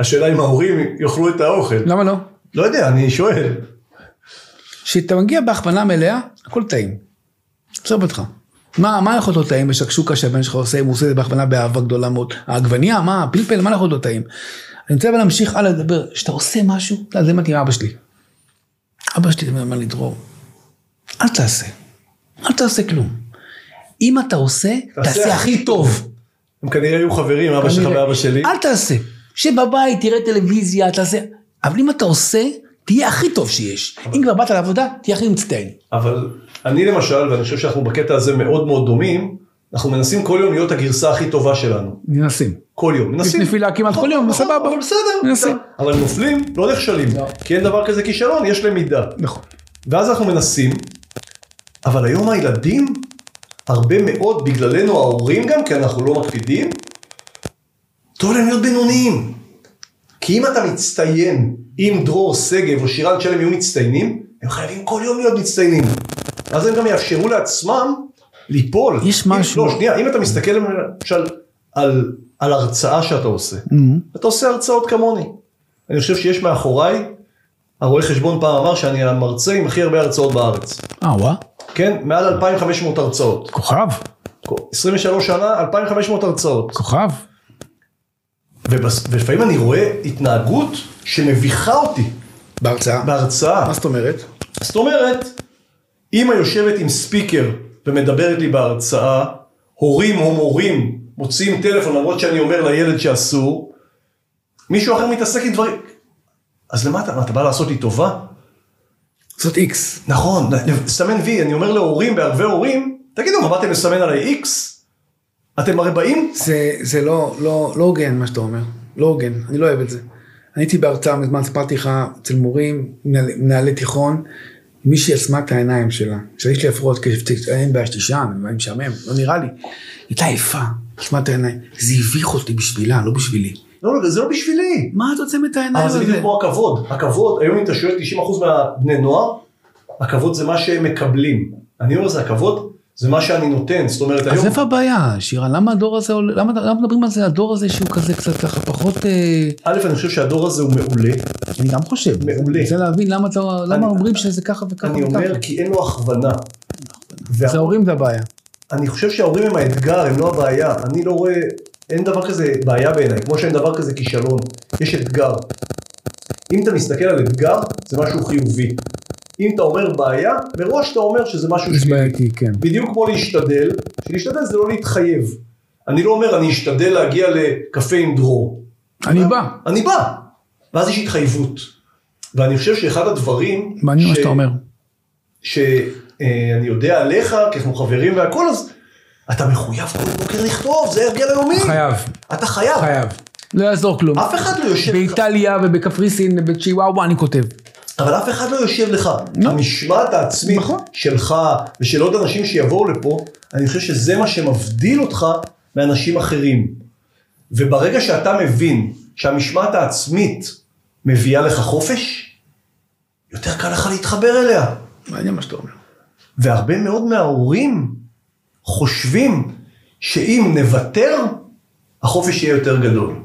Speaker 2: השאלה אם ההורים יאכלו את האוכל.
Speaker 1: למה לא?
Speaker 2: לא יודע, אני שואל.
Speaker 1: כשאתה מגיע בהכוונה מלאה, הכל טעים. עזוב אותך. מה, מה יכול להיות לא טעים בשקשוקה שהבן שלך עושה, אם הוא עושה את זה בהכוונה באהבה גדולה מאוד? העגבנייה, מה, הפלפל, מה יכול להיות לא טעים? אני רוצה אבל להמשיך הלאה לדבר, כשאתה עושה משהו, אתה יודע, זה מתאים אבא שלי. אבא שלי אומר לי, דרור, אל תעשה. אל תעשה כלום. אם אתה עושה,
Speaker 2: תעשה
Speaker 1: תעשה
Speaker 2: הכי
Speaker 1: הכי טוב.
Speaker 2: הם כנראה היו חברים, אבא שלך
Speaker 1: כנראה.
Speaker 2: ואבא שלי.
Speaker 1: אל תעשה. שב בבית, תראה טלוויזיה, תעשה... אבל אם אתה עושה, תהיה הכי טוב שיש. אם כבר באת לעבודה, תהיה הכי מצטיין.
Speaker 2: אבל אני למשל, ואני חושב שאנחנו בקטע הזה מאוד מאוד דומים, אנחנו מנסים כל יום להיות הגרסה הכי טובה שלנו.
Speaker 1: מנסים.
Speaker 2: כל יום, מנסים.
Speaker 1: יש נפילה כמעט כל יום,
Speaker 2: נכון,
Speaker 1: סבבה.
Speaker 2: אבל בסדר.
Speaker 1: מנסים.
Speaker 2: אבל נופלים, לא נכשלים.
Speaker 1: לא.
Speaker 2: כי אין דבר כזה כישלון, יש למידה.
Speaker 1: נכון.
Speaker 2: ואז אנחנו מנסים, אבל היום הילדים, הרבה מאוד, בגללנו ההורים גם, כי אנחנו לא מקפידים, טוב להם להיות בינוניים. כי אם אתה מצטיין, אם דרור שגב או שירן שלם יהיו מצטיינים, הם חייבים כל יום להיות מצטיינים. אז הם גם יאפשרו לעצמם ליפול.
Speaker 1: יש
Speaker 2: אם-
Speaker 1: משהו.
Speaker 2: לא, שנייה, אם אתה מסתכל למשל על, על הרצאה שאתה עושה, אתה עושה הרצאות כמוני. אני חושב שיש מאחוריי, הרואה חשבון פעם אמר שאני המרצה עם הכי הרבה הרצאות בארץ.
Speaker 1: אה, וואה.
Speaker 2: כן? מעל 2,500 הרצאות.
Speaker 1: כוכב.
Speaker 2: 23 שנה, 2,500 הרצאות.
Speaker 1: כוכב.
Speaker 2: ובס- ולפעמים אני רואה התנהגות שמביכה אותי
Speaker 1: בהרצאה.
Speaker 2: בהרצאה.
Speaker 1: מה זאת אומרת?
Speaker 2: זאת אומרת, אמא יושבת עם ספיקר ומדברת לי בהרצאה, הורים או מורים מוציאים טלפון למרות שאני אומר לילד שאסור, מישהו אחר מתעסק עם דברים. אז למה אתה, מה, אתה בא לעשות לי טובה?
Speaker 1: זאת איקס.
Speaker 2: נכון, סמן וי, אני אומר להורים, בהרבה הורים, תגידו, מה באתם לסמן עליי איקס? אתם הרי באים?
Speaker 1: זה, זה לא, לא, לא הוגן מה שאתה אומר. לא הוגן, אני לא אוהב את זה. אני הייתי בהרצאה מזמן, סיפרתי לך, אצל מורים, מנהל- מנהלי תיכון, מישהי עצמה את העיניים שלה. שיש לי הפרעות קשב, אין בעיה שתישן, אני משעמם, לא נראה לי. הייתה יפה, עצמה את העיניים. זה הביך אותי בשבילה, לא בשבילי.
Speaker 2: לא, לא, זה לא בשבילי.
Speaker 1: מה אתה רוצה את העיניים
Speaker 2: אבל
Speaker 1: הזה?
Speaker 2: זה בדיוק כמו הכבוד. הכבוד, היום אם אתה שואל 90% מהבני נוער, הכבוד זה מה שהם מקבלים. אני אומר, זה הכבוד, זה מה שאני נותן. זאת אומרת, היום...
Speaker 1: אז איפה הבעיה, שירן? למה הדור הזה עולה? למה, למה מדברים על זה, הדור הזה שהוא כזה קצת ככה פחות... אה,
Speaker 2: א', אני חושב שהדור הזה הוא מעולה.
Speaker 1: אני גם חושב.
Speaker 2: מעולה.
Speaker 1: אני רוצה להבין למה, אתה, למה
Speaker 2: אני-
Speaker 1: אומרים שזה ככה וככה
Speaker 2: אני
Speaker 1: וככה.
Speaker 2: אומר, כי אין לו הכוונה.
Speaker 1: זה
Speaker 2: וה-
Speaker 1: ההורים זה הבעיה.
Speaker 2: אני חושב שההורים הם האתגר, הם לא הבעיה. אני לא רואה, אין דבר כזה בעיה בעיניי, כמו שאין דבר כזה כישלון. יש אתגר. אם אתה מסתכל על אתגר, זה משהו חיובי. אם אתה אומר בעיה, מראש אתה אומר שזה משהו
Speaker 1: זה
Speaker 2: שלילי.
Speaker 1: בעייתי, כן.
Speaker 2: בדיוק כמו להשתדל, שלהשתדל זה לא להתחייב. אני לא אומר, אני אשתדל להגיע לקפה עם דרור.
Speaker 1: אני בא.
Speaker 2: אני בא. ואז יש התחייבות. ואני חושב שאחד הדברים...
Speaker 1: מעניין מה
Speaker 2: ש-
Speaker 1: שאתה אומר.
Speaker 2: שאני יודע עליך, כי אנחנו חברים והכל, אז אתה מחויב כל בוקר לכתוב, זה הרגל היומי.
Speaker 1: חייב,
Speaker 2: אתה חייב.
Speaker 1: חייב. לא יעזור כלום.
Speaker 2: אף אחד לא יושב לך,
Speaker 1: באיטליה ובקפריסין ובצ'יוואווה אני כותב.
Speaker 2: אבל אף אחד לא יושב לך.
Speaker 1: נו.
Speaker 2: המשמעת העצמית
Speaker 1: נכון.
Speaker 2: שלך ושל עוד אנשים שיבואו לפה, אני חושב שזה מה שמבדיל אותך מאנשים אחרים. וברגע שאתה מבין שהמשמעת העצמית מביאה לך חופש, יותר קל לך להתחבר אליה.
Speaker 1: מעניין מה שאתה אומר.
Speaker 2: והרבה מאוד מההורים חושבים שאם נוותר, החופש יהיה יותר גדול.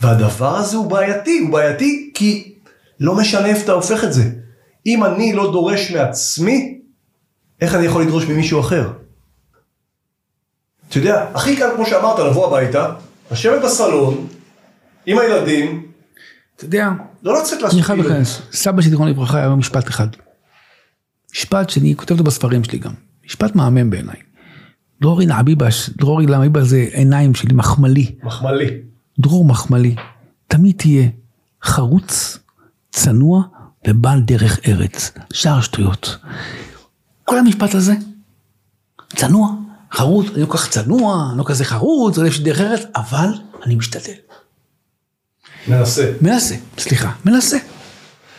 Speaker 2: והדבר הזה הוא בעייתי, הוא בעייתי כי לא משנה איפה אתה הופך את זה. אם אני לא דורש מעצמי, איך אני יכול לדרוש ממישהו אחר? אתה יודע, הכי קל, כמו שאמרת, לבוא הביתה, לשבת בסלון, עם הילדים,
Speaker 1: אתה יודע,
Speaker 2: לא לצאת
Speaker 1: אני
Speaker 2: לעשות
Speaker 1: חייב
Speaker 2: פעילות.
Speaker 1: להיכנס. סבא שלי, זיכרונו לברכה, היה אומר משפט אחד. משפט שאני כותב אותו בספרים שלי גם. משפט מהמם בעיניי. דרורי לעביבש, דרורי לעביבש זה עיניים שלי, מחמלי.
Speaker 2: מחמלי.
Speaker 1: דרור מחמלי. תמיד תהיה חרוץ, צנוע ובעל דרך ארץ. שאר השטויות. כל המשפט הזה, צנוע, חרוץ, אני לא כל כך צנוע, אני לא כזה חרוץ, אני לא דרך ארץ, אבל אני משתדל.
Speaker 2: מנסה.
Speaker 1: מנסה, סליחה, מנסה.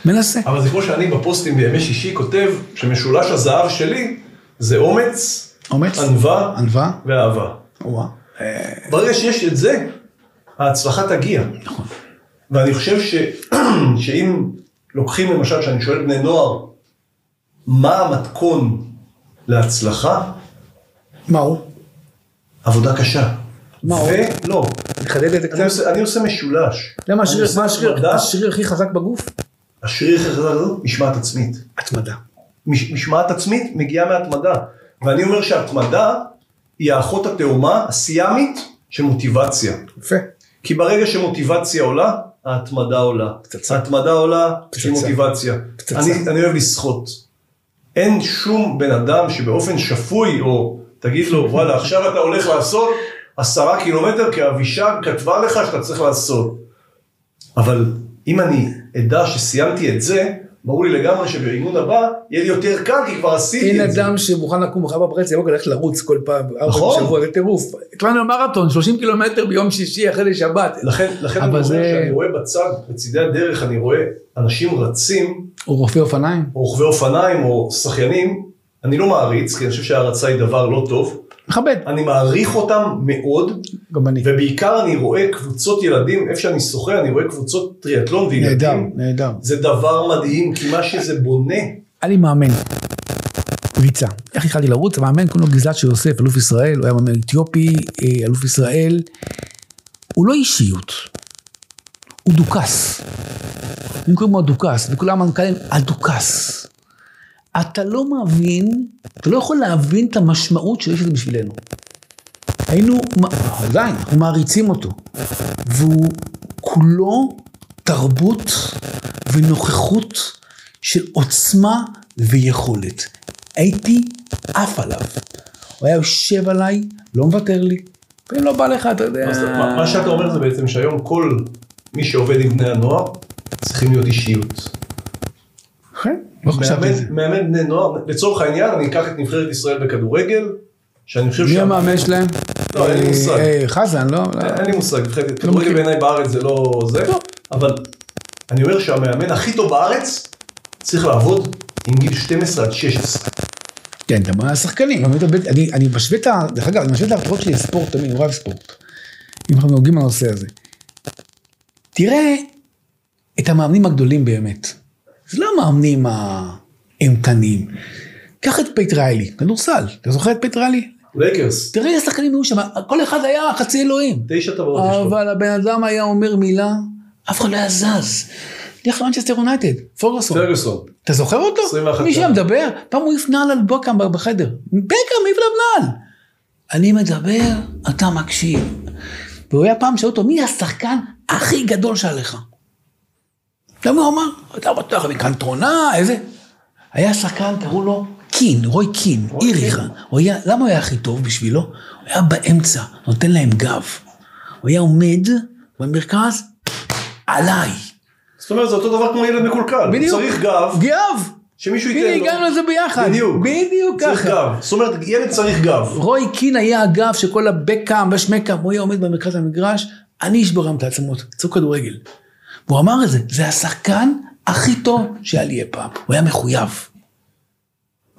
Speaker 1: מנסה.
Speaker 2: אבל זה כמו שאני בפוסטים בימי שישי כותב שמשולש הזהב שלי זה אומץ,
Speaker 1: אומץ?
Speaker 2: ענווה
Speaker 1: ענווה?
Speaker 2: ואהבה.
Speaker 1: וואה.
Speaker 2: ברגע שיש את זה, ההצלחה תגיע.
Speaker 1: נכון.
Speaker 2: ואני חושב ש... <clears throat> שאם לוקחים למשל, כשאני שואל בני נוער, מה המתכון להצלחה?
Speaker 1: מה הוא?
Speaker 2: עבודה קשה.
Speaker 1: מה עוד?
Speaker 2: ולא,
Speaker 1: נחדד את זה
Speaker 2: אני עושה, אני עושה משולש.
Speaker 1: אתה יודע מה
Speaker 2: אני
Speaker 1: השריר-
Speaker 2: עושה
Speaker 1: מה השריר
Speaker 2: עבודה-
Speaker 1: השריר הכי חזק בגוף?
Speaker 2: השריר חזרה הזאת, משמעת עצמית.
Speaker 1: התמדה.
Speaker 2: מש, משמעת עצמית מגיעה מהתמדה. ואני אומר שהתמדה היא האחות התאומה הסיאמית של מוטיבציה.
Speaker 1: יפה.
Speaker 2: כי ברגע שמוטיבציה עולה, ההתמדה עולה.
Speaker 1: פצצה.
Speaker 2: ההתמדה עולה, יש
Speaker 1: פצצה.
Speaker 2: לי מוטיבציה.
Speaker 1: פצצה.
Speaker 2: אני, אני אוהב לשחות. אין שום בן אדם שבאופן שפוי, או תגיד לו, וואלה, עכשיו אתה הולך לעשות עשרה קילומטר, כי אבישג כתבה לך שאתה צריך לעשות. אבל אם אני אדע שסיימתי את זה, ברור לי לגמרי שבאימון הבא, יהיה לי יותר קל, כי כבר
Speaker 1: אין <laughs>
Speaker 2: עשיתי את זה.
Speaker 1: אדם שמוכן לקום מחר בפרץ, יבוא ללכת לרוץ כל פעם, ארבע
Speaker 2: נכון.
Speaker 1: בשבוע, זה טירוף. התכוונו למרתון, 30 קילומטר ביום שישי אחרי שבת.
Speaker 2: לכן, לכן
Speaker 1: אבל
Speaker 2: אני אומר
Speaker 1: זה-
Speaker 2: שאני רואה בצד, בצדי הדרך, אני רואה אנשים רצים,
Speaker 1: הוא רופא אופניים?
Speaker 2: או רוכבי אופניים או שחיינים, אני לא מעריץ, כי אני חושב שהערצה היא דבר לא טוב.
Speaker 1: מכבד.
Speaker 2: אני מעריך אותם מאוד,
Speaker 1: גם אני.
Speaker 2: ובעיקר אני רואה קבוצות ילדים, איפה שאני שוחה, אני רואה קבוצות טריאטלון
Speaker 1: נהדר,
Speaker 2: וילדים.
Speaker 1: נהדר.
Speaker 2: זה דבר מדהים, כי מה שזה בונה,
Speaker 1: היה לי מאמן. ריצה. איך התחלתי לרוץ? המאמן קוראים לו גזלת של יוסף, אלוף ישראל, הוא היה מאמן אתיופי, אה, אלוף ישראל. הוא לא אישיות, הוא דוכס. הם קוראים לו הדוכס, וכולם מנכ"לים, הדוכס. אתה לא מבין, אתה לא יכול להבין את המשמעות שיש לזה בשבילנו. היינו, מ- עדיין, אנחנו מעריצים אותו. והוא כולו תרבות ונוכחות של עוצמה ויכולת. הייתי עף עליו. הוא היה יושב עליי, לא מוותר לי. ואם לא בא לך, אתה יודע...
Speaker 2: אז מה מה שאתה אומר זה בעצם שהיום כל מי שעובד עם בני הנוער, צריכים להיות אישיות.
Speaker 1: כן, לא חשבתי על זה.
Speaker 2: מאמן- מאמן בני נוער, לצורך העניין, אני אקח את נבחרת ישראל בכדורגל, שאני חושב
Speaker 1: מי
Speaker 2: שה-
Speaker 1: המאמן שלהם?
Speaker 2: לא, אין לי
Speaker 1: אה,
Speaker 2: מושג. כן.
Speaker 1: אה, חזן, לא? לא.
Speaker 2: אין לי מושג, נבחרת כדורגל
Speaker 1: מכיר.
Speaker 2: בעיניי בארץ זה לא זה,
Speaker 1: לא.
Speaker 2: אבל אני אומר שהמאמן הכי טוב בארץ צריך לעבוד עם גיל 12 עד 16.
Speaker 1: כן, אתה אומר, השחקנים. אני מתאבד- אני- אני משווה את ה... דרך אגב, אני משווה את ההפרעות שלי לספורט תמיד, אני אוהב ספורט. אם אנחנו נוגעים בנושא הזה. תראה את המאמנים הגדולים באמת. זה לא המאמנים האימתניים. קח את פייט ריילי, כדורסל. אתה זוכר את פייט ריילי?
Speaker 2: לייקרס,
Speaker 1: תראה איזה שחקנים היו שם, כל אחד היה חצי אלוהים.
Speaker 2: תשע טבעות יש לו.
Speaker 1: אבל הבן אדם היה אומר מילה, אף אחד לא היה זז. לך למנצ'סטר יונייטד, פורגוסון.
Speaker 2: פרגוסון,
Speaker 1: אתה זוכר אותו?
Speaker 2: 21
Speaker 1: מי שהיה
Speaker 2: שנה.
Speaker 1: מדבר, פעם הוא העיף נעל על בוקאם בחדר. בקאם העיף עליו נעל. אני מדבר, אתה מקשיב. והוא היה פעם שאל אותו, מי השחקן הכי גדול שהיה לך? למה הוא אמר? אתה בטוח מקנטרונה, איזה... היה שחקן, קראו לו קין, רוי קין,
Speaker 2: רוי קין.
Speaker 1: איריך. הוא היה, למה הוא היה הכי טוב בשבילו? הוא היה באמצע, נותן להם גב. הוא היה עומד במרכז, עליי.
Speaker 2: זאת אומרת זה אותו דבר כמו ילד מקולקל, הוא
Speaker 1: בדיוק.
Speaker 2: צריך גב,
Speaker 1: גב.
Speaker 2: שמישהו ייתן לו.
Speaker 1: הנה הגענו לזה ביחד.
Speaker 2: כן, לא. בדיוק.
Speaker 1: בדיוק
Speaker 2: צריך
Speaker 1: ככה.
Speaker 2: גב, זאת אומרת ילד צריך גב.
Speaker 1: רוי קין היה הגב שכל הבקאם והשמקאם, הוא היה עומד במרכז המגרש, אני אשבור להם את העצמות, צאו כדורגל. והוא אמר את זה, זה השחקן הכי טוב שהיה לי אי פעם, הוא היה מחויב.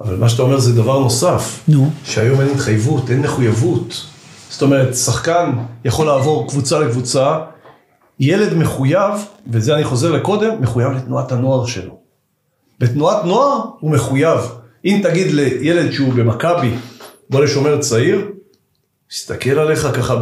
Speaker 2: אבל מה שאתה אומר זה דבר נוסף,
Speaker 1: נו.
Speaker 2: שהיום אין התחייבות, אין מחויבות. זאת אומרת, שחקן יכול לעבור קבוצה לקבוצה, ילד מחויב, וזה אני חוזר לקודם, מחויב לתנועת הנוער שלו. בתנועת נוער הוא מחויב. אם תגיד לילד שהוא במכבי, בוא לשומר צעיר, יסתכל עליך ככה ב...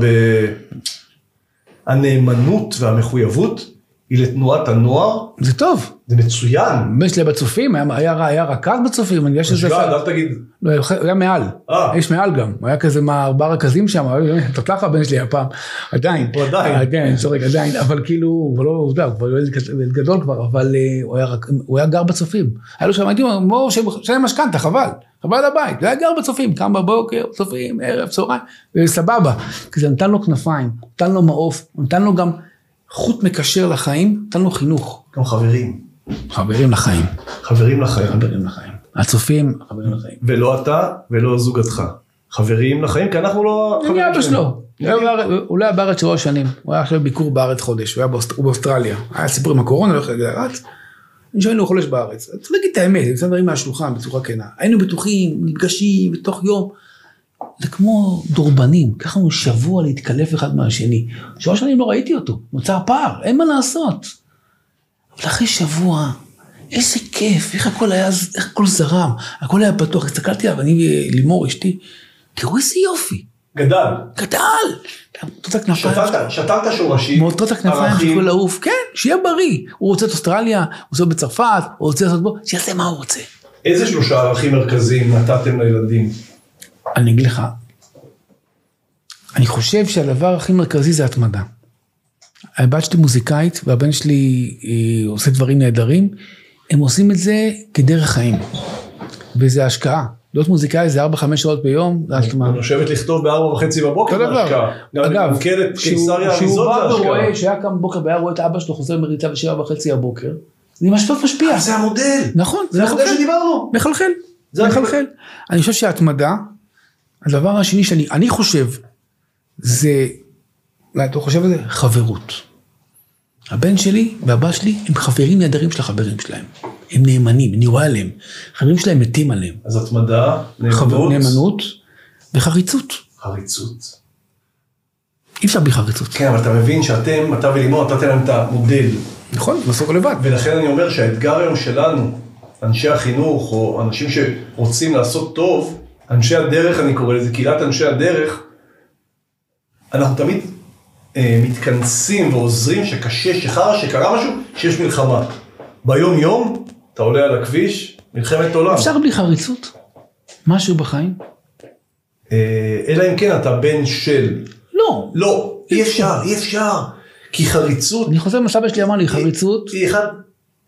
Speaker 2: הנאמנות והמחויבות היא לתנועת הנוער,
Speaker 1: זה טוב.
Speaker 2: זה מצוין.
Speaker 1: הבן שלי בצופים, היה- היה היה רכז בצופים, אני יודע שזה...
Speaker 2: שגד, אל תגיד,
Speaker 1: לא, הוא היה מעל.
Speaker 2: אה.
Speaker 1: יש מעל גם. הוא היה כזה מה- ארבעה רכזים שם, היה תותח הבן שלי הפעם. עדיין.
Speaker 2: הוא עדיין.
Speaker 1: עדיין, סורק, עדיין. אבל כאילו, הוא כבר לא עובדה, הוא כבר ילד כזה- ילד גדול כבר, אבל אה, הוא היה רק- הוא היה גר בצופים. היה לו שם, הייתי אומר, בואו, שם משכנתה, חבל. חבל על הבית. הוא היה גר בצופים, קם בבוקר, צופים, ערב, צהריים, סבבה. כי זה נתן לו כנפיים, נתן לו מעוף, נתן לו גם חוט מקשר לחיים, נתן לו חינוך.
Speaker 2: גם חברים,
Speaker 1: חברים לחיים.
Speaker 2: חברים לחיים.
Speaker 1: חברים לחיים. הצופים, חברים לחיים.
Speaker 2: ולא אתה ולא זוגתך. חברים לחיים, כי אנחנו לא...
Speaker 1: אני
Speaker 2: חברים
Speaker 1: אבא שלו. הוא היה
Speaker 2: בדיוק.
Speaker 1: בארץ- הוא לא היה בארץ שלוש שנים, הוא היה עכשיו ביקור בארץ חודש, הוא היה באוסט- הוא באוסטרליה, היה סיפור עם הקורונה, הולך לארץ, אני שואל לו חודש בארץ, צריך להגיד את האמת, אני שם דברים מהשולחן בצורה כנה, היינו בטוחים, נפגשים, בתוך יום, זה כמו דורבנים, לקח לנו שבוע להתקלף אחד מהשני, שלוש שנים לא ראיתי אותו, נוצר פער, אין מה לעשות. אבל אחרי שבוע, איזה כיף, איך הכל היה, איך הכל זרם, הכל היה פתוח, הסתכלתי עליו, אני ולימור אשתי, תראו איזה יופי.
Speaker 2: גדל.
Speaker 1: גדל, מוטות הכנפיים.
Speaker 2: שתלת, שתלת שורשים.
Speaker 1: מוטות הכנפיים
Speaker 2: ערכים.
Speaker 1: שיכולו לעוף, כן, שיהיה בריא. הוא רוצה את אוסטרליה, הוא רוצה בצרפת, הוא רוצה לעשות בו, שיעשה מה הוא רוצה.
Speaker 2: איזה שלושה ערכים מרכזיים נתתם לילדים?
Speaker 1: אני אגיד לך, אני חושב שהדבר הכי מרכזי זה התמדה. הבת שלי מוזיקאית והבן שלי אה, עושה דברים נהדרים, הם עושים את זה כדרך חיים. וזה השקעה. להיות מוזיקאי זה 4-5 שעות ביום, זה השקעה.
Speaker 2: גם לשבת לכתוב בארבע וחצי בבוקר
Speaker 1: אותו
Speaker 2: זה
Speaker 1: דבר.
Speaker 2: השקעה. גם למנכ"ל את
Speaker 1: כשהוא
Speaker 2: קיסריה אריזות
Speaker 1: בא
Speaker 2: זה השקעה.
Speaker 1: ורואה, שהיה קם בבוקר והיה רואה את אבא שלו חוזר מריצה בשבע וחצי הבוקר, זה משפיע משפיע.
Speaker 2: אה, זה המודל.
Speaker 1: נכון,
Speaker 2: זה המודל
Speaker 1: מחלחל.
Speaker 2: שדיברנו.
Speaker 1: מחלחל,
Speaker 2: זה
Speaker 1: מחלחל. אני חושב שההתמדה, הדבר השני שאני אני חושב, זה, אולי אתה חושב על זה? חברות. הבן שלי והבת שלי הם חברים נהדרים של החברים שלהם. הם נאמנים, אני רואה עליהם. חברים שלהם מתים עליהם.
Speaker 2: אז התמדה,
Speaker 1: חבר-
Speaker 2: נאמנות,
Speaker 1: נאמנות וחריצות.
Speaker 2: חריצות.
Speaker 1: אי אפשר בלי חריצות.
Speaker 2: כן, אבל אתה מבין שאתם, אתה ולימור, נתתם להם את המודל.
Speaker 1: נכון, נסוג לבד.
Speaker 2: ולכן אני אומר שהאתגר היום שלנו, אנשי החינוך, או אנשים שרוצים לעשות טוב, אנשי הדרך אני קורא לזה, קהילת אנשי הדרך, אנחנו תמיד אה, מתכנסים ועוזרים שקשה, שחרא, שקרה משהו, שיש מלחמה. ביום יום, אתה עולה על הכביש, מלחמת עולם.
Speaker 1: אפשר בלי חריצות? משהו בחיים?
Speaker 2: אה, אלא אם כן אתה בן של.
Speaker 1: לא.
Speaker 2: לא, אי אפשר, אי אפשר. כי חריצות
Speaker 1: אני חוזר מה סבא שלי אמר לי, חריצות,
Speaker 2: היא אחד,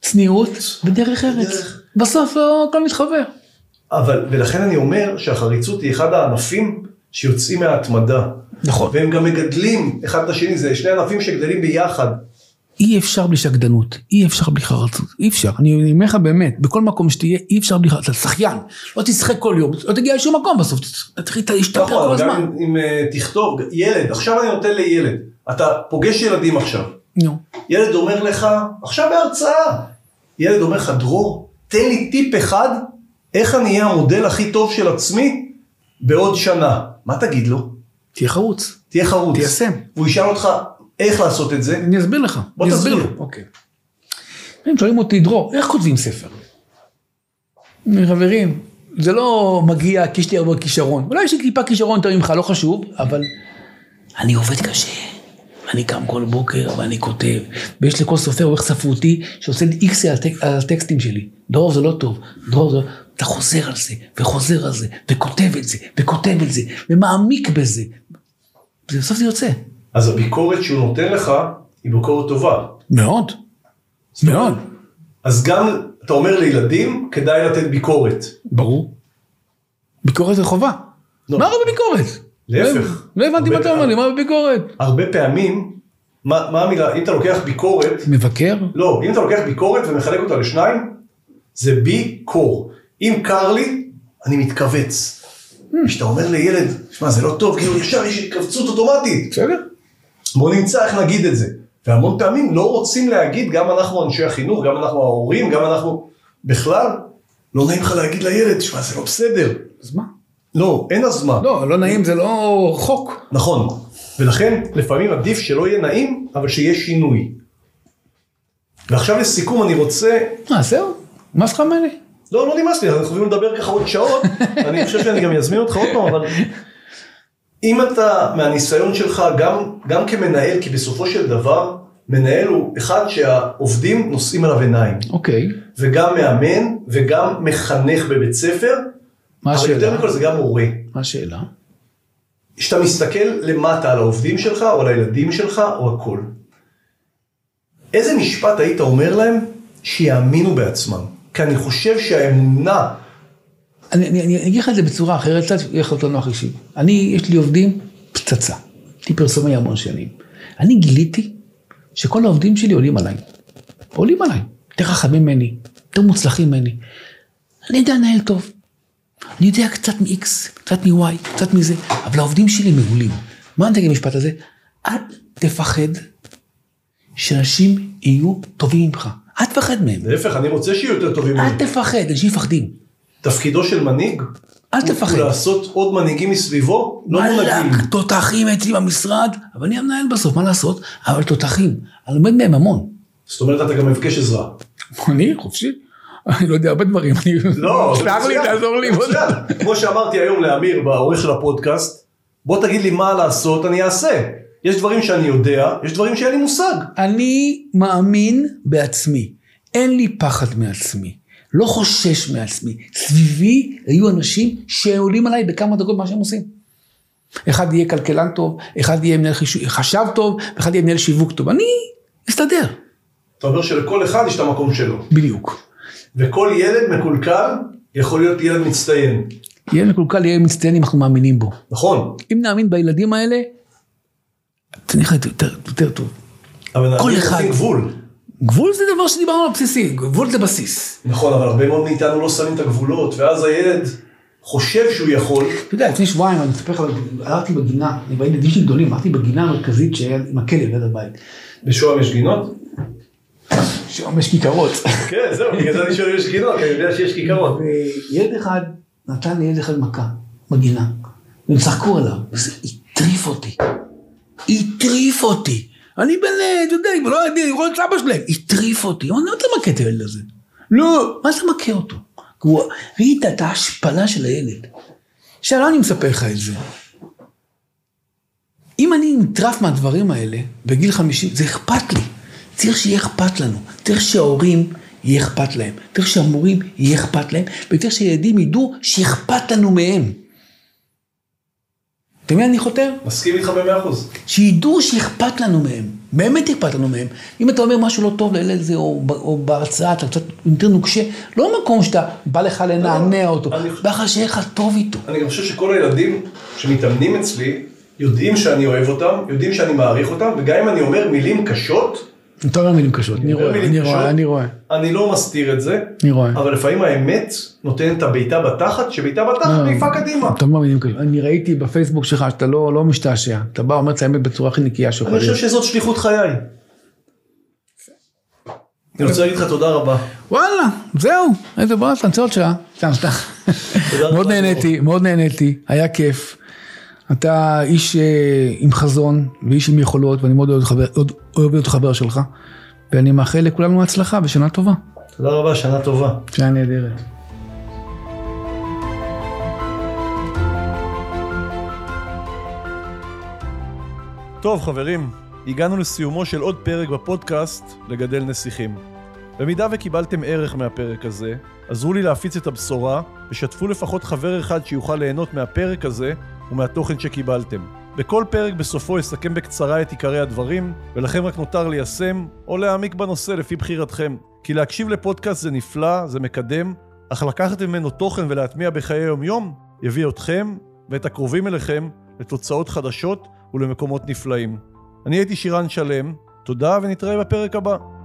Speaker 1: צניעות ודרך ארץ.
Speaker 2: דרך.
Speaker 1: בסוף לא הכל מתחבר.
Speaker 2: אבל, ולכן אני אומר שהחריצות היא אחד הענפים שיוצאים מההתמדה.
Speaker 1: נכון.
Speaker 2: והם גם מגדלים אחד את השני, זה שני ענפים שגדלים ביחד.
Speaker 1: אי אפשר בלי שקדנות, אי אפשר בלי חרצות, אי אפשר. אני אני אומר לך באמת, בכל מקום שתהיה, אי אפשר בלי חרצות. אתה שחיין, לא תשחק כל יום, לא תגיע לשום מקום בסוף, אתה צריך להשתפר
Speaker 2: נכון,
Speaker 1: כל
Speaker 2: אבל גם
Speaker 1: הזמן.
Speaker 2: אם- אם אה, תכתוב, ילד, עכשיו אני נותן לילד, אתה פוגש ילדים עכשיו,
Speaker 1: נו,
Speaker 2: ילד אומר לך, עכשיו בהרצאה, ילד אומר לך, דרור, תן לי טיפ אחד, איך אני אהיה המודל הכי טוב של עצמי בעוד שנה. מה תגיד לו?
Speaker 1: תהיה חרוץ.
Speaker 2: תהיה חרוץ.
Speaker 1: תיישם.
Speaker 2: הוא ישאל אותך איך לעשות את זה.
Speaker 1: אני אסביר לך,
Speaker 2: בוא
Speaker 1: אני אסביר
Speaker 2: תסביר.
Speaker 1: לו. אוקיי. הם שואלים אותי, דרור, איך כותבים ספר? אני אומר, חברים, זה לא מגיע כי יש לי הרבה כישרון. אולי יש לי טיפה כישרון יותר ממך, לא חשוב, אבל אני עובד קשה. אני קם כל בוקר ואני כותב, ויש לכל סופר עורך ספרותי שעושה לי איקס על, הטק, על הטקסטים שלי. דרור זה לא טוב, דרור זה לא... אתה חוזר על זה, וחוזר על זה, וכותב את זה, וכותב את זה, ומעמיק בזה. בסוף זה יוצא.
Speaker 2: אז הביקורת שהוא נותן לך היא ביקורת טובה.
Speaker 1: מאוד. מאוד.
Speaker 2: אז גם אתה אומר לילדים, כדאי לתת ביקורת.
Speaker 1: ברור. ביקורת זה חובה.
Speaker 2: לא.
Speaker 1: מה רע בביקורת?
Speaker 2: להפך.
Speaker 1: לא הבנתי מה אתה אומר לי, מה בביקורת?
Speaker 2: הרבה פעמים, מה, מה המילה, אם אתה לוקח ביקורת,
Speaker 1: מבקר?
Speaker 2: לא, אם אתה לוקח ביקורת ומחלק אותה לשניים, זה ביקור. אם קר לי, אני מתכווץ. כשאתה אומר לילד, שמע, זה לא טוב, כאילו ישר יש התכווצות אוטומטית.
Speaker 1: בסדר.
Speaker 2: בוא נמצא איך נגיד את זה. והמון פעמים לא רוצים להגיד, גם אנחנו אנשי החינוך, גם אנחנו ההורים, גם אנחנו בכלל, לא נעים לך להגיד לילד, שמע, זה לא בסדר.
Speaker 1: אז מה?
Speaker 2: לא, אין אז מה.
Speaker 1: לא, לא נעים זה לא חוק.
Speaker 2: נכון. ולכן, לפעמים עדיף שלא יהיה נעים, אבל שיהיה שינוי. ועכשיו לסיכום אני רוצה,
Speaker 1: מה, זהו? מה שלך ממני?
Speaker 2: לא, לא נמאס לי, אנחנו יכולים לדבר ככה
Speaker 1: <laughs>
Speaker 2: עוד שעות, אני חושב שאני גם אזמין אותך עוד פעם, אבל אם אתה, מהניסיון שלך, גם, גם כמנהל, כי בסופו של דבר, מנהל הוא אחד שהעובדים נושאים עליו עיניים,
Speaker 1: אוקיי.
Speaker 2: וגם מאמן, וגם מחנך בבית ספר,
Speaker 1: מה
Speaker 2: אבל
Speaker 1: השאלה?
Speaker 2: יותר מכל זה גם הורה.
Speaker 1: מה השאלה?
Speaker 2: כשאתה מסתכל למטה על העובדים שלך, או על הילדים שלך, או הכל. איזה משפט היית אומר להם שיאמינו בעצמם? כי אני חושב שהאמונה,
Speaker 1: אני, אני, אני אגיד לך את זה בצורה אחרת, קצת יהיה לך יותר נוח אישי. אני, יש לי עובדים, פצצה. הייתי פרסומי המון שנים. אני גיליתי שכל העובדים שלי עולים עליי. עולים עליי. יותר חכמים ממני, יותר מוצלחים ממני. אני יודע לנהל טוב. אני יודע קצת מ-X, קצת מ-Y, קצת מזה, אבל העובדים שלי מעולים. מה אני אגיד במשפט הזה? אל תפחד שאנשים יהיו טובים ממך. אל תפחד מהם.
Speaker 2: להפך, אני רוצה שיהיו יותר טובים
Speaker 1: אל
Speaker 2: ממני.
Speaker 1: תפחד, אנשים מפחדים.
Speaker 2: תפקידו של מנהיג,
Speaker 1: אל
Speaker 2: הוא
Speaker 1: תפחד.
Speaker 2: לעשות עוד מנהיגים מסביבו, לא מונהגים.
Speaker 1: וואלכ, תותחים אצלי במשרד, אבל אני המנהל בסוף, מה לעשות? אבל תותחים, אני לומד מהם המון.
Speaker 2: זאת אומרת, אתה גם מבקש עזרה.
Speaker 1: <laughs> אני חופשי? אני לא יודע הרבה דברים, אני...
Speaker 2: לא,
Speaker 1: <laughs> סלח לי,
Speaker 2: מצוין.
Speaker 1: תעזור לי.
Speaker 2: מצוין. כמו שאמרתי היום לאמיר, בעורך של הפודקאסט, בוא תגיד לי מה לעשות, אני אעשה. יש דברים שאני יודע, יש דברים שאין לי מושג.
Speaker 1: אני מאמין בעצמי. אין לי פחד מעצמי. לא חושש מעצמי. סביבי היו אנשים שעולים עליי בכמה דקות מה שהם עושים. אחד יהיה כלכלן טוב, אחד יהיה מנהל חישוב, חשב טוב, אחד יהיה מנהל שיווק טוב. אני אסתדר.
Speaker 2: אתה אומר שלכל אחד יש את המקום שלו.
Speaker 1: בדיוק.
Speaker 2: וכל ילד מקולקל יכול להיות ילד מצטיין.
Speaker 1: ילד מקולקל יהיה מצטיין אם אנחנו מאמינים בו.
Speaker 2: נכון.
Speaker 1: אם נאמין בילדים האלה, תניח לי יותר, יותר טוב.
Speaker 2: אבל
Speaker 1: כל
Speaker 2: אנחנו
Speaker 1: אחד.
Speaker 2: עושים גבול.
Speaker 1: גבול זה דבר שדיברנו על בסיסי, גבול זה בסיס.
Speaker 2: נכון, אבל הרבה מאוד מאיתנו לא שמים את הגבולות, ואז הילד חושב שהוא יכול.
Speaker 1: אתה יודע, לפני שבועיים, אני אספר לך, הלכתי בגינה, אני והילדים שלי גדולים, הלכתי בגינה המרכזית שהיה עם הכלב ליד הבית.
Speaker 2: בשוהם יש גינות?
Speaker 1: שם יש כיכרות. <laughs>
Speaker 2: כן, זהו, בגלל זה אני שואל אם יש גינות, כי אני יודע שיש כיכרות.
Speaker 1: וילד אחד נתן לילד אחד מכה בגינה, והם צחקו עליו, וזה הטריף אותי. הטריף אותי. אני בן, אה, אתה יודע, אם לא הייתי, אני רואה את אבא שלהם, הטריף אותי. לא אמרתי, למה אתה מכה את הילד הזה? לא, מה אתה מכה אותו? כי הוא- ראית את ההשפלה של הילד. עכשיו, למה אני מספר לך את זה? אם אני נטרף מהדברים האלה בגיל 50, זה אכפת לי. צריך שיהיה אכפת לנו. צריך שההורים יהיה אכפת להם. צריך שהמורים יהיה אכפת להם. וצריך שהילדים ידעו שאכפת לנו מהם. אתה מבין אני חותר?
Speaker 2: מסכים איתך במאה אחוז.
Speaker 1: שידעו שאכפת לנו מהם. באמת אכפת לנו מהם. אם אתה אומר משהו לא טוב לילד הזה, או, ב- או בהרצאה, אתה קצת יותר נוקשה, לא מקום שאתה בא לך לנענע אותו.
Speaker 2: לא, אני-
Speaker 1: בא לך שיהיה לך טוב איתו.
Speaker 2: אני גם חושב שכל הילדים שמתאמנים אצלי, יודעים שאני אוהב אותם, יודעים שאני מעריך אותם, וגם אם אני אומר מילים קשות,
Speaker 1: אתה אומר מילים קשות, אני
Speaker 2: אומר
Speaker 1: רואה,
Speaker 2: מילים
Speaker 1: אני
Speaker 2: קשות.
Speaker 1: רואה, אני רואה.
Speaker 2: אני לא מסתיר את זה,
Speaker 1: אני רואה.
Speaker 2: אבל לפעמים האמת נותנת את הבעיטה בתחת, שבעיטה בתחת
Speaker 1: אה.
Speaker 2: מעיפה קדימה.
Speaker 1: אתה אומר מילים כאלה. אני ראיתי בפייסבוק שלך שאתה לא, לא משתעשע. אתה בא, אומר את האמת בצורה הכי נקייה שלך.
Speaker 2: אני חושב שזאת שליחות חיי. אני רוצה להגיד לך תודה רבה.
Speaker 1: וואלה, זהו, איזה בואס, תמצא עוד שעה. סתם, סתם.
Speaker 2: תודה
Speaker 1: מאוד
Speaker 2: רבה,
Speaker 1: נהניתי, מאוד נהניתי, היה כיף. אתה איש אה, עם חזון ואיש עם יכולות, ואני מאוד אוהב להיות חבר- עוד- אוהב להיות חבר שלך. ואני מאחל לכולנו הצלחה ושנה טובה.
Speaker 2: תודה רבה, שנה טובה.
Speaker 1: שנה נהדרת.
Speaker 2: טוב חברים, הגענו לסיומו של עוד פרק בפודקאסט לגדל נסיכים. במידה וקיבלתם ערך מהפרק הזה, עזרו לי להפיץ את הבשורה ושתפו לפחות חבר אחד שיוכל ליהנות מהפרק הזה ומהתוכן שקיבלתם. בכל פרק בסופו אסכם בקצרה את עיקרי הדברים, ולכם רק נותר ליישם או להעמיק בנושא לפי בחירתכם. כי להקשיב לפודקאסט זה נפלא, זה מקדם, אך לקחת ממנו תוכן ולהטמיע בחיי היום-יום, יביא אתכם ואת הקרובים אליכם לתוצאות חדשות ולמקומות נפלאים. אני הייתי שירן שלם, תודה ונתראה בפרק הבא.